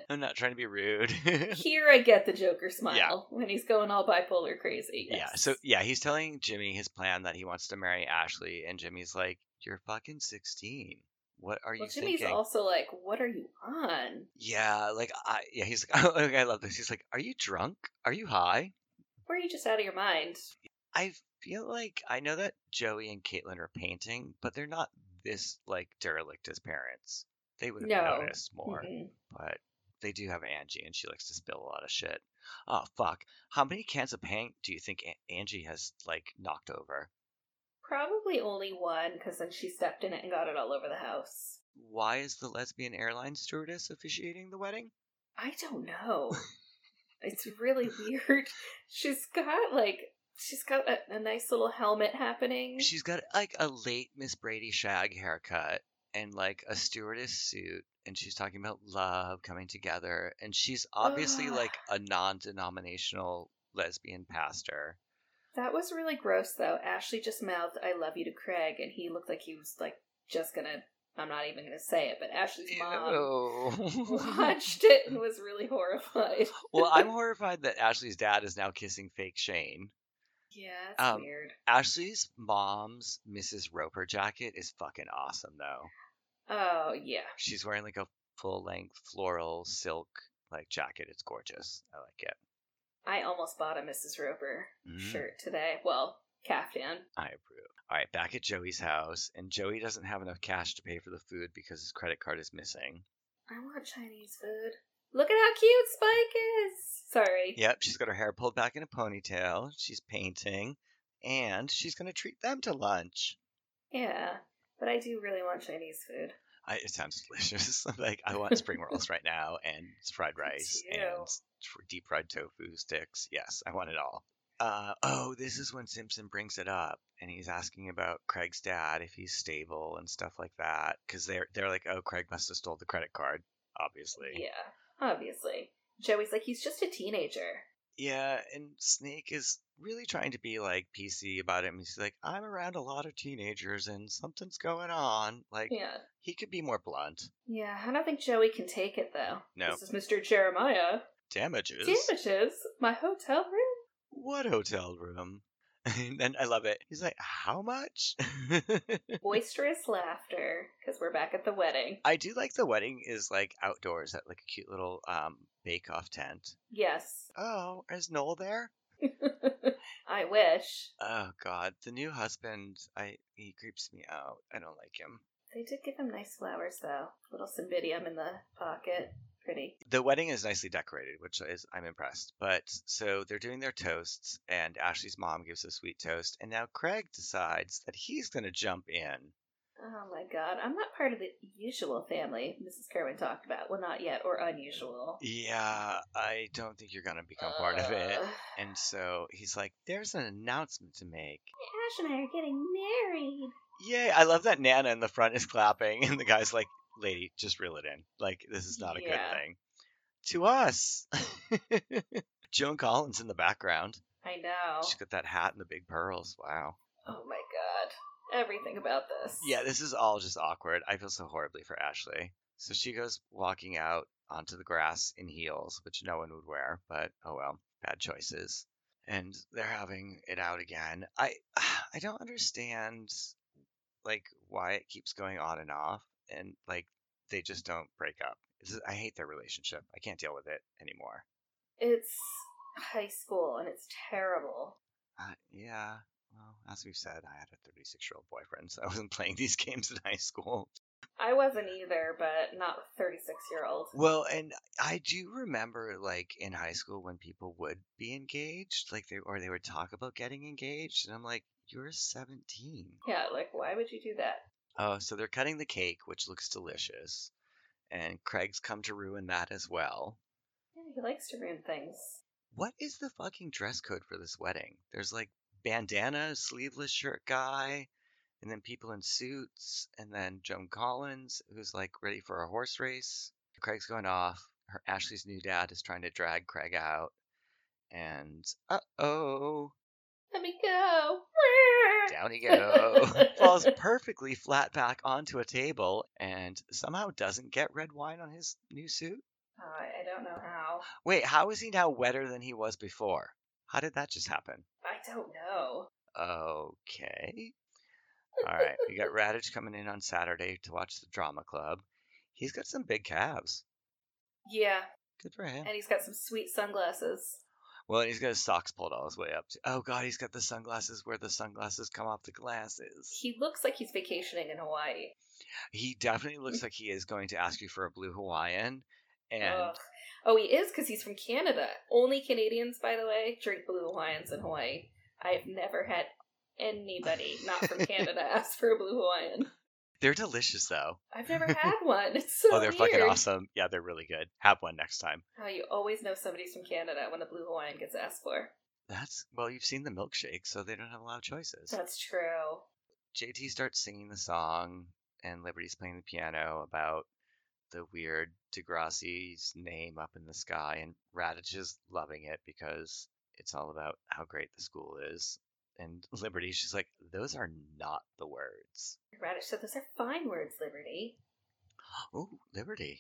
I'm not trying to be rude.
Here I get the Joker smile
Yeah.
when he's going all bipolar crazy.
Yeah.
Yes.
So yeah, he's telling Jimmy his plan that he wants to marry Ashley, and Jimmy's like, "You're fucking 16. What are
well,
you
Jimmy's
thinking?"
also like, "What are you on?
yeah, like I yeah, he's like, oh, okay, I love this. He's like, "Are you drunk? Are you high?"
Or are you just out of your mind?"
I feel like I know that Joey and Caitlin are painting, but they're not this like derelict as parents. They would have
No.
noticed more,
Mm-mm.
but they do have Angie, and she likes to spill a lot of shit. Oh fuck! How many cans of paint do you think a- Angie has like knocked over?
Probably only one, because then she stepped in it and got it all over the house.
Why is the lesbian airline stewardess officiating the wedding?
I don't know. it's really weird. She's got like she's got a, a nice little helmet happening.
She's got like a late Miss Brady shag haircut and like a stewardess suit, and she's talking about love coming together. And she's obviously
Ugh.
like a non denominational lesbian pastor.
That was really gross, though. Ashley just mouthed "I love you" to Craig, and he looked like he was like just gonna. I'm not even gonna say it, but Ashley's mom
Ew.
watched it and was really horrified.
well, I'm horrified that Ashley's dad is now kissing fake Shane.
Yeah, it's
Um,
weird.
Ashley's mom's Mrs. Roper jacket is fucking awesome, though.
Oh yeah,
She's wearing like a full length floral silk like jacket. It's gorgeous. I like it.
I almost bought a Mrs. Roper
Mm.
shirt today. Well, Caftan.
I approve. All right, back at Joey's house, and Joey doesn't have enough cash to pay for the food because his credit card is missing.
I want Chinese food. Look at how cute Spike is. Sorry.
Yep, she's got her hair pulled back in a ponytail. She's painting, and she's going to treat them to lunch.
Yeah, but I do really want Chinese food.
I, it sounds delicious. like I want spring rolls right now, and fried rice,
too.
and tr- deep fried tofu sticks. Yes, I want it all. Uh, oh, this is when Simpson brings it up, and he's asking about Craig's dad if he's stable and stuff like that, because they're they're like, oh, Craig must have stole the credit card, obviously.
Yeah, obviously. Joey's like, he's just a teenager.
Yeah, and Snake is really trying to be like PC about him. He's like, I'm around a lot of teenagers and something's going on. Like,
Yeah.
he could be more blunt.
Yeah, I don't think Joey can take it though.
No.
This is Mr. Jeremiah.
Damages.
Damages? My hotel room?
What hotel room? And then I love it. He's like, How much?
Boisterous laughter, because we're back at the wedding.
I do like the wedding is like outdoors at like a cute little um bake off tent.
Yes.
Oh, is Noel there?
I wish.
Oh god, the new husband, I he creeps me out. I don't like him.
They did give him nice flowers though. Little cymbidium in the pocket. Pretty.
the wedding is nicely decorated, which is I'm impressed. But so they're doing their toasts, and Ashley's mom gives a sweet toast, and now Craig decides that he's going to jump in.
Oh my god. I'm not part of the usual family Mrs. Kerwin talked about. Well, not yet, or unusual.
Yeah, I don't think you're going to become part of it.
Ugh.
And so he's like, "There's an announcement to make."
Ash and I are getting married.
Yay! I love that Nana in the front is clapping, and the guy's like, "Lady, just reel it in. Like this is not a
Yeah.
good thing." To us, Joan Collins in the background.
I know.
She's got that hat and the big pearls. Wow.
Oh my god. Everything about this.
Yeah, this is all just awkward. I feel so horribly for Ashley. So she goes walking out onto the grass in heels, which no one would wear, but oh well, bad choices. And they're having it out again. I I don't understand like why it keeps going on and off and like they just don't break up. This is- I hate their relationship. I can't deal with it anymore.
It's high school and it's terrible.
Uh, yeah. Well, as we've said, I had a 36 year old boyfriend, so I wasn't playing these games in high school.
I wasn't either, but not with 36 year old.
Well, and I do remember like in high school when people would be engaged, like they or they would talk about getting engaged, and I'm like, you're 17.
Yeah, like, why would you do that?
Oh, so they're cutting the cake, which looks delicious, and Craig's come to ruin that as well.
Yeah, he likes to ruin things.
What is the fucking dress code for this wedding? There's like bandana, sleeveless shirt guy, and then people in suits, and then Joan Collins, who's like ready for a horse race. Craig's going off. Her Ashley's new dad is trying to drag Craig out. And uh oh,
Let me go.
down he goes. Falls perfectly flat back onto a table and somehow doesn't get red wine on his new suit.
Oh, I I don't know how.
Wait, how is he now wetter than he was before? How did that just happen?
I don't know.
Okay. All right. We got Radich coming in on Saturday to watch the drama club. He's got some big calves.
Yeah,
Good for him.
and he's got some sweet sunglasses.
Well, and he's got his socks pulled all his way up. Too. Oh, God. He's got the sunglasses where the sunglasses come off the glasses.
He looks like he's vacationing in Hawaii.
He definitely looks like he is going to ask you for a blue Hawaiian. And
Ugh. Oh, he is because he's from Canada. Only Canadians, by the way, drink blue Hawaiians in Hawaii. I've never had anybody not from Canada ask for a blue Hawaiian.
they're delicious, though.
I've never had one. It's so
oh, they're fucking
weird.
awesome. Yeah, they're really good. Have one next time.
How you always know somebody's from Canada when a blue Hawaiian gets asked for.
That's, well, you've seen the milkshake, so they don't have a lot of choices.
That's true.
JT starts singing the song, and Liberty's playing the piano about the weird Degrassi's name up in the sky, and Radich is loving it because it's all about how great the school is. And Liberty, she's like, those are not the words.
Radish said those are fine words, Liberty.
Oh, Liberty.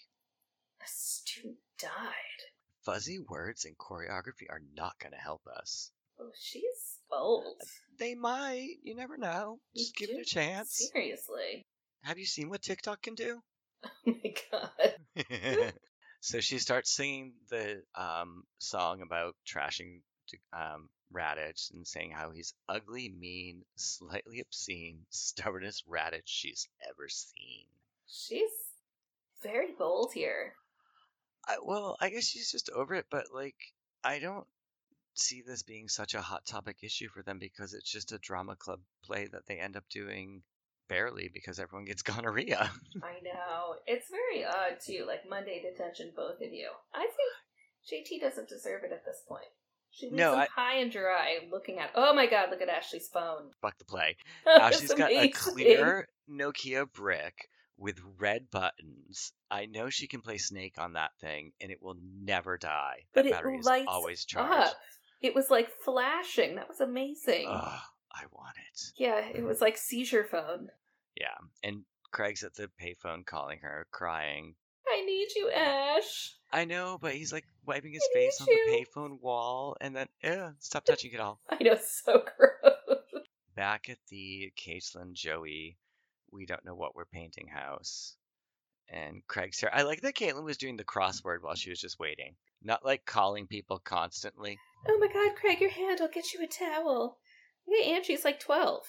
A student died.
Fuzzy words and choreography are not going to help us.
Oh, she's bold.
They might. You never know.
You
Just give it a
do-
chance.
Seriously.
Have you seen what TikTok can do?
Oh my god.
so she starts singing the um, song about trashing to um, Raditz and saying how he's ugly, mean, slightly obscene, stubbornest Raditz she's ever seen.
She's very bold here.
I, well, I guess she's just over it, but like, I don't see this being such a hot topic issue for them because it's just a drama club play that they end up doing barely because everyone gets gonorrhea.
I know. It's very odd, too. Like, Monday detention, both of you. I think JT doesn't deserve it at this point. She leaves
No,
him
I-
high and dry looking at, oh my god, look at Ashley's phone.
Fuck the play.
That
Now
was
Uh, she's got a
amazing.
clear Nokia brick with red buttons. I know she can play Snake on that thing, and it will never die.
But
That
it
battery is
lights
always charged.
up. It was like flashing. That was amazing.
Ugh, I want it.
Yeah, it was like seizure phone.
And Craig's at the payphone calling her, crying.
I need you, Ash.
I know, but he's like wiping his
I need
face on the
you.
payphone wall, and then eh, stop touching it all.
I know, so gross.
Back at the Caitlin Joey, we don't know what we're painting house. And Craig's here. I like that Caitlin was doing the crossword while she was just waiting, not like calling people constantly.
Oh my god, Craig, your hand, I'll get you a towel. Look at Angie's like 12.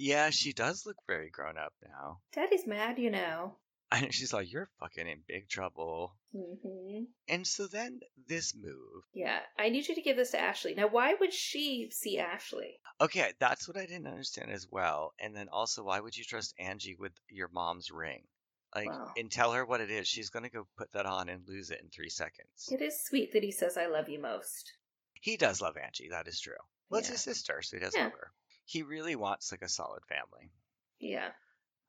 Yeah, she does look very grown up now.
Daddy's mad, you know.
And she's like, "You're fucking in big trouble."
hmm
And so then this move.
Yeah, I need you to give this to Ashley. Now, why would she see Ashley?
Okay, that's what I didn't understand as well. And then also, why would you trust Angie with your mom's ring? Like,
Wow.
and tell her what it is. She's gonna go put that on and lose it in three seconds.
It is sweet that he says, I love you most.
He does love Angie. That is true. Well, it's
Yeah.
his sister, so he does
Yeah.
love her. He really wants like a solid family.
Yeah.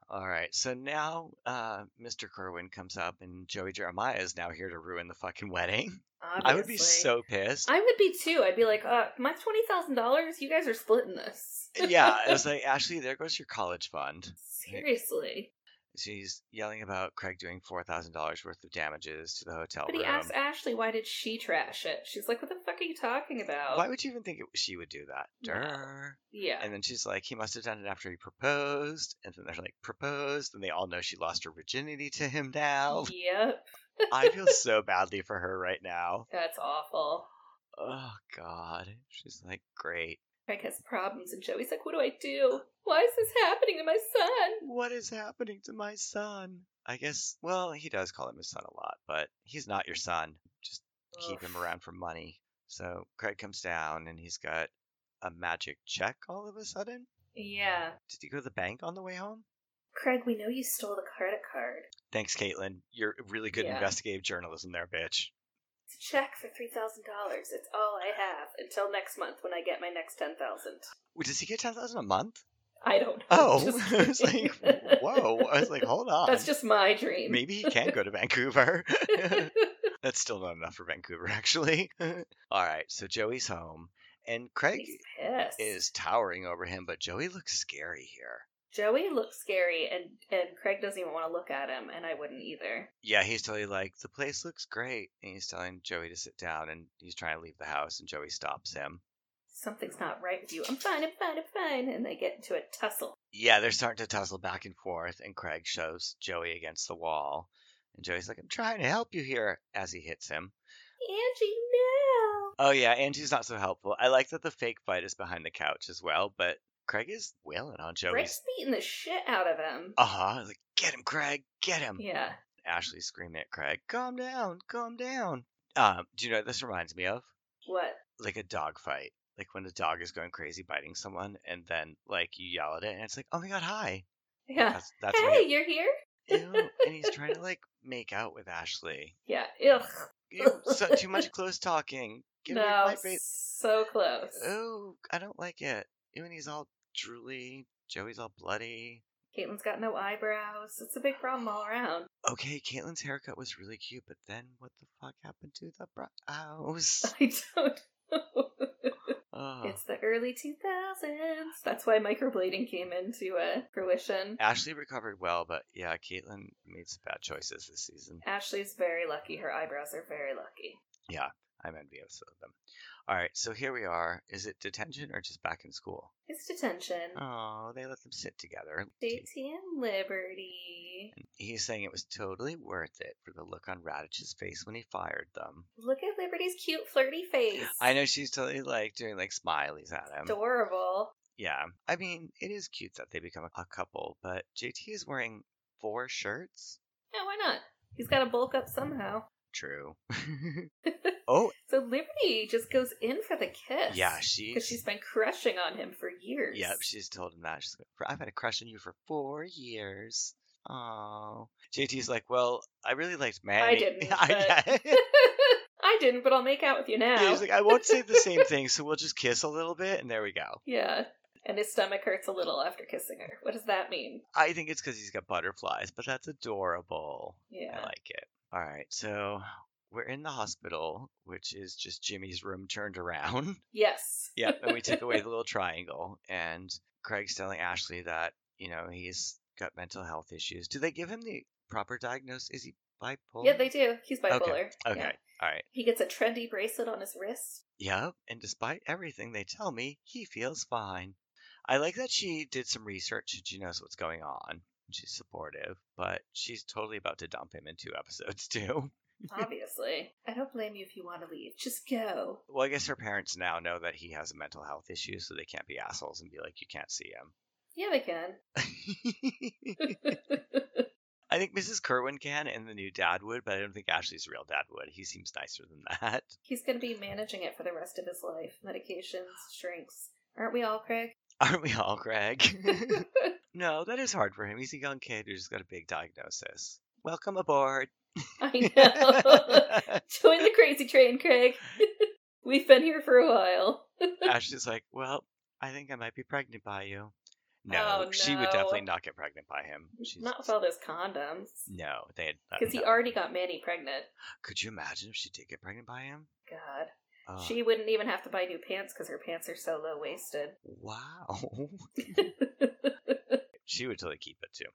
All right, so now uh, Mr. Kerwin comes up, and Joey Jeremiah is now here to ruin the fucking wedding.
Obviously.
I would be so pissed.
I would be too. I'd be like, uh, my $20,000? You guys are splitting this.
yeah, it was like, Ashley, there goes your college fund.
Seriously.
She's yelling about Craig doing four thousand dollars worth of damages to the hotel
But
room.
he asks Ashley, why did she trash it? She's like, what the fuck are you talking about?
Why would you even think it, she would do that?
No.
Durr.
yeah.
And then she's like, he must have done it after he proposed. And then they're like, proposed. And they all know she lost her virginity to him now.
Yep.
I feel so badly for her right now.
That's awful.
Oh, God. She's like, great.
Craig has problems, and Joey's like, what do I do? Why is this happening to my son?
What is happening to my son? I guess, well, he does call him his son a lot, but he's not your son. Just keep him
Ugh.
around for money. So Craig comes down and he's got a magic check all of a sudden.
Yeah.
Did he go to the bank on the way home?
Craig, we know you stole the credit card.
Thanks, Caitlin. You're really good
Yeah.
investigative journalism there, bitch.
It's a check for three thousand dollars. It's all I have until next month when I get my next ten thousand.
Wait, Does he get ten thousand a month?
I don't know.
Oh,
Just
I was
kidding.
like, whoa. I was like, hold on.
That's just my dream.
Maybe he can go to Vancouver. That's still not enough for Vancouver, actually. All right, so Joey's home, and Craig
He's pissed.
is towering over him, but Joey looks scary here.
Joey looks scary, and and Craig doesn't even want to look at him, and I wouldn't either.
Yeah, he's totally like, the place looks great. And he's telling Joey to sit down, and he's trying to leave the house, and Joey stops him.
Something's not right with you. I'm fine. I'm fine. I'm fine. And they get into a tussle.
Yeah, they're starting to tussle back and forth, and Craig shoves Joey against the wall. And Joey's like, I'm trying to help you here, as he hits him.
Angie, no.
Oh yeah, Angie's not so helpful. I like that the fake fight is behind the couch as well, but Craig is wailing on Joey's.
Craig's beating the shit out of him.
Uh huh. Like, get him, Craig, get him.
Yeah.
Ashley's screaming at Craig, calm down, calm down. Um, do you know what this reminds me of?
What?
Like a dog fight. Like when the dog is going crazy biting someone, and then like you yell at it, and it's like, oh my god, hi.
Yeah.
That's that's what
hey,
he-
you're here.
Ew. and he's trying to like make out with Ashley.
Yeah. Ugh.
Ew, so, too much close talking. Get away from
no.
my face.
So close.
Oh, I don't like it. Even he's all drooly. Joey's all bloody.
Caitlin's got no eyebrows. It's a big problem all around.
Okay, Caitlin's haircut was really cute, but then what the fuck happened to the brows?
I don't know.
Oh.
It's the early 2000s. That's why microblading came into uh, fruition.
Ashley recovered well, but yeah, Caitlin made some bad choices this season.
Ashley's very lucky. Her eyebrows are very lucky.
I'm envious of them. All right, so here we are. Is it detention or just back in school?
It's detention.
Oh, they let them sit together.
Safety and liberty.
He's saying it was totally worth it for the look on Radich's face when he fired them.
Look at Liberty's cute flirty face.
I know she's totally like doing like smileys at him.
Adorable.
Yeah, I mean, it is cute that they become a couple, but JT is wearing four shirts.
Yeah, why not? He's got to bulk up somehow.
True. oh,
So Liberty just goes in for the kiss.
yeah, she.
Because she's been crushing on him for years.
Yep, she's told him that. She's like, "For- I've had a crush on you for four years. Oh. JT's like, well, I really liked Manny.
didn't,
I-
I didn't, but I'll make out with you now.
He's like, I won't say the same thing, so we'll just kiss a little bit, and there we go.
yeah. And his stomach hurts a little after kissing her. What does that mean?
I think it's because he's got butterflies, but that's adorable. I
Yeah.
like it. All right, so we're in the hospital, which is just Jimmy's room turned around.
Yes.
yeah, and we take away the little triangle, and Craig's telling Ashley that you know he's got mental health issues. Do they give him the proper diagnosis? Is he bipolar?
Yeah, they do. He's bipolar.
Okay,
Yeah.
all right.
He gets a trendy bracelet on his wrist.
Yep, and despite everything they tell me, he feels fine. I like that she did some research and she knows what's going on. She's supportive, but she's totally about to dump him in two episodes too.
Obviously. I don't blame you if you want to leave. Just go.
Well, I guess her parents now know that he has a mental health issue, so they can't be assholes and be like, "You can't see
Yeah, they can.
him." I think Mrs. Kerwin can and the new dad would, but I don't think Ashley's real dad would. He seems nicer than that.
He's going to be managing it for the rest of his life. Medications, shrinks. Aren't we all, Craig?
Aren't we all, Greg? no, that is hard for him. He's a young kid who's got a big diagnosis. Welcome aboard.
I know. Join the crazy train, Craig. We've been here for a while.
Ashley's like, well, I think I might be pregnant by you. No,
Oh,
she would
no.
definitely not get pregnant by him. She's,
Not with all those condoms.
no, they had let
Because
him
he
know.
already got Manny pregnant.
Could you imagine if she did get pregnant by him?
God.
Oh,
She wouldn't even have to buy new pants because her pants are so low waisted.
wow. She would totally keep it too.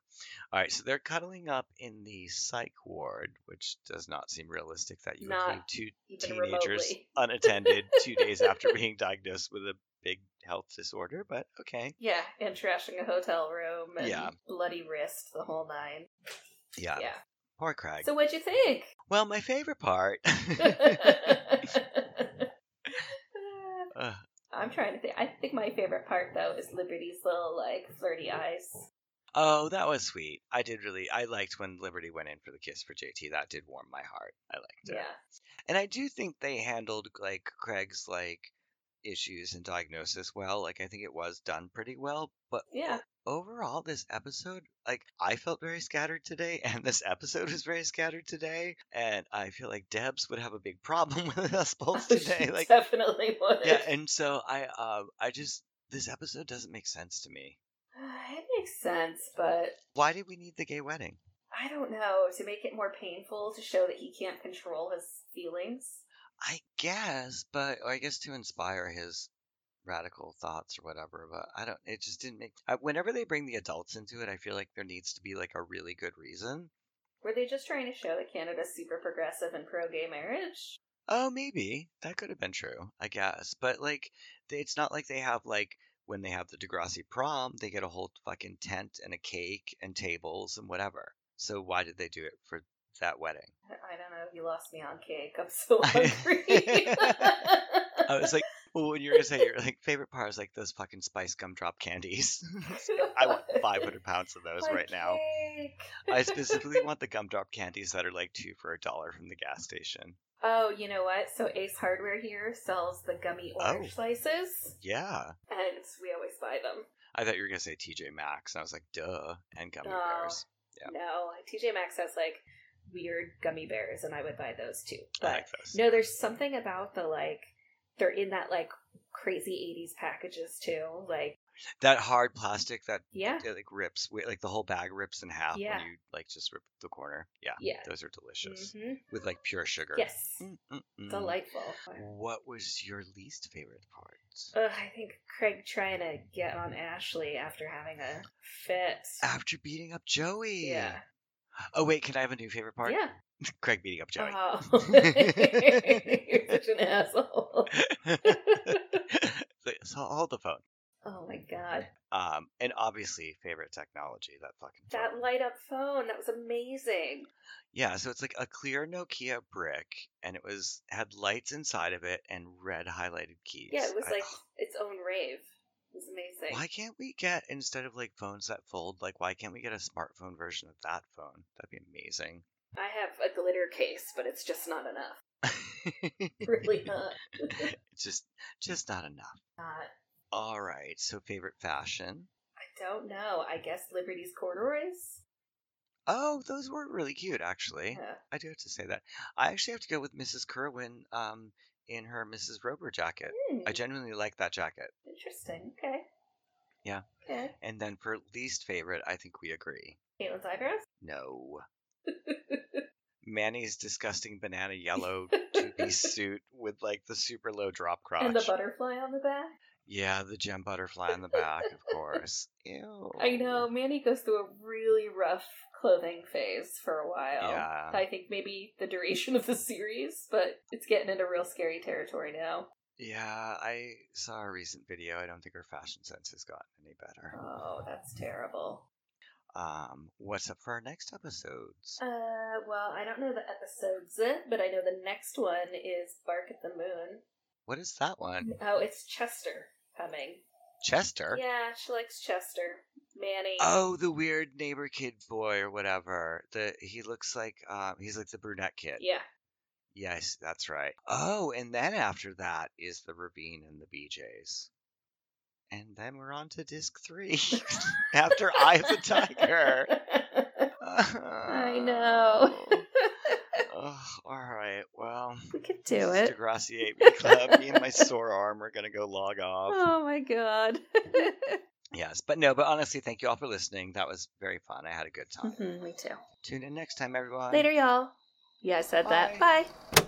All right, so they're cuddling up in the psych ward, which does not seem realistic that you would leave
Not
two
even
teenagers
remotely.
unattended two days after being diagnosed with a big health disorder, but okay.
Yeah, and trashing a hotel room and
Yeah.
bloody wrist, the whole nine.
Yeah.
Yeah.
Poor Craig.
So what'd you think?
well, my favorite part. Ugh,
I'm trying to think. I think my favorite part though is Liberty's little like flirty eyes.
oh, that was sweet. I did really, I liked when Liberty went in for the kiss for JT. That did warm my heart. I liked it.
Yeah.
And I do think they handled like Craig's like issues and diagnosis well. Like I think it was done pretty well, but
Yeah.
overall this episode, like I felt very scattered today and this episode is very scattered today and I feel like Debs would have a big problem with us both today. Like
definitely would.
yeah, and so I uh I just this episode doesn't make sense to me.
it makes sense, but
Why did we need the gay wedding?
I don't know to make it more painful to show that he can't control his feelings.
I guess, but or I guess to inspire his radical thoughts or whatever. But I don't. It just didn't make. I, whenever they bring the adults into it, I feel like there needs to be like a really good reason.
Were they just trying to show that Canada's super progressive and pro gay marriage?
Oh, maybe that could have been true. I guess, but like, they, it's not like they have like when they have the Degrassi prom, they get a whole fucking tent and a cake and tables and whatever. So why did they do it for that wedding?
I don't know. You lost me on cake. I'm so hungry.
I was Oh, like, well, when you were gonna say your like favorite part is like those fucking spice gumdrop candies. I want 500 pounds of those
My
right now.
cake.
I specifically want the gumdrop candies that are like two for a dollar from the gas station.
Oh, you know what? So Ace Hardware here sells the gummy orange
Oh.
slices,
Yeah.
and we always buy them.
I thought you were going to say TJ Maxx, and I was like, duh, and gummy
No.
bears. Yeah.
No, TJ Maxx has like weird gummy bears, and I would buy those too.
I
But
like those.
no, there's something about the like they're in that like crazy 80s packages too. Like,
That hard plastic that
yeah,
it, like rips, wi- like the whole bag rips in half
Yeah.
when you like just rip the corner. Yeah.
yeah,
Those are delicious. Mm.
hmm
With like pure sugar.
yes,
Mm-mm-mm.
delightful.
What was your least favorite part?
Ugh, I think Craig trying to get on Ashley after having a fit.
After beating up Joey.
Yeah,
Oh, wait, can I have a new favorite part?
yeah.
Craig beating up Joey.
Oh. You're such an asshole.
They- so hold the phone.
Oh my god.
Um, and obviously, favorite technology that fucking phone.
That light up phone, that was amazing.
Yeah, so it's like a clear Nokia brick, and it was had lights inside of it and red highlighted keys.
Yeah, it was
I-
like its own rave. It was amazing.
why can't we get instead of like phones that fold, like why can't we get a smartphone version of that phone? That'd be amazing.
I have a glitter case, but it's just not enough. Really not.
it's just just not enough.
Not.
All right, so favorite fashion.
I don't know. I guess Liberty's corduroys. Uh,
Oh, those were really cute, actually.
Yeah.
I do have to say that. I actually have to go with Mrs. Kerwin um, in her Mrs. Rober jacket.
Hmm,
I genuinely like that jacket.
Interesting. Okay.
Yeah.
Okay.
And then for least favorite, I think we agree.
Caitlin's eyebrows.
No. Manny's disgusting banana yellow two piece suit with like the super low drop crotch.
and the butterfly on the back.
yeah, the gem butterfly in the back, of course. Ew.
I know Manny goes through a really rough clothing phase for a while.
Yeah.
I think maybe the duration of the series, but it's getting into real scary territory now.
Yeah, I saw a recent video. I don't think her fashion sense has gotten any better.
Oh, that's terrible.
Um, what's up for our next episodes?
Uh, well, I don't know the episodes, but I know the next one is Bark at the Moon.
What is that one?
Oh, it's Chester coming.
Chester?
Yeah, she likes Chester. Manny.
Oh, the weird neighbor kid boy or whatever. The he looks like um he's like the brunette kid.
Yeah.
Yes, that's right. Oh, and then after that is the Ravine and the BJs. And then we're on to disc three. after Eye of the Tiger. Oh.
I know.
Ugh, all right. Well,
we could
this
do
is
it.
Degrassi Ate Me Club. Me and my sore arm are gonna go log off.
Oh my god.
Yes, but no. But honestly, thank you all for listening. That was very fun. I had a good time.
Mhm, me too.
Tune in next time, everyone.
Later, y'all. Yeah, I said that.
Bye.
Bye.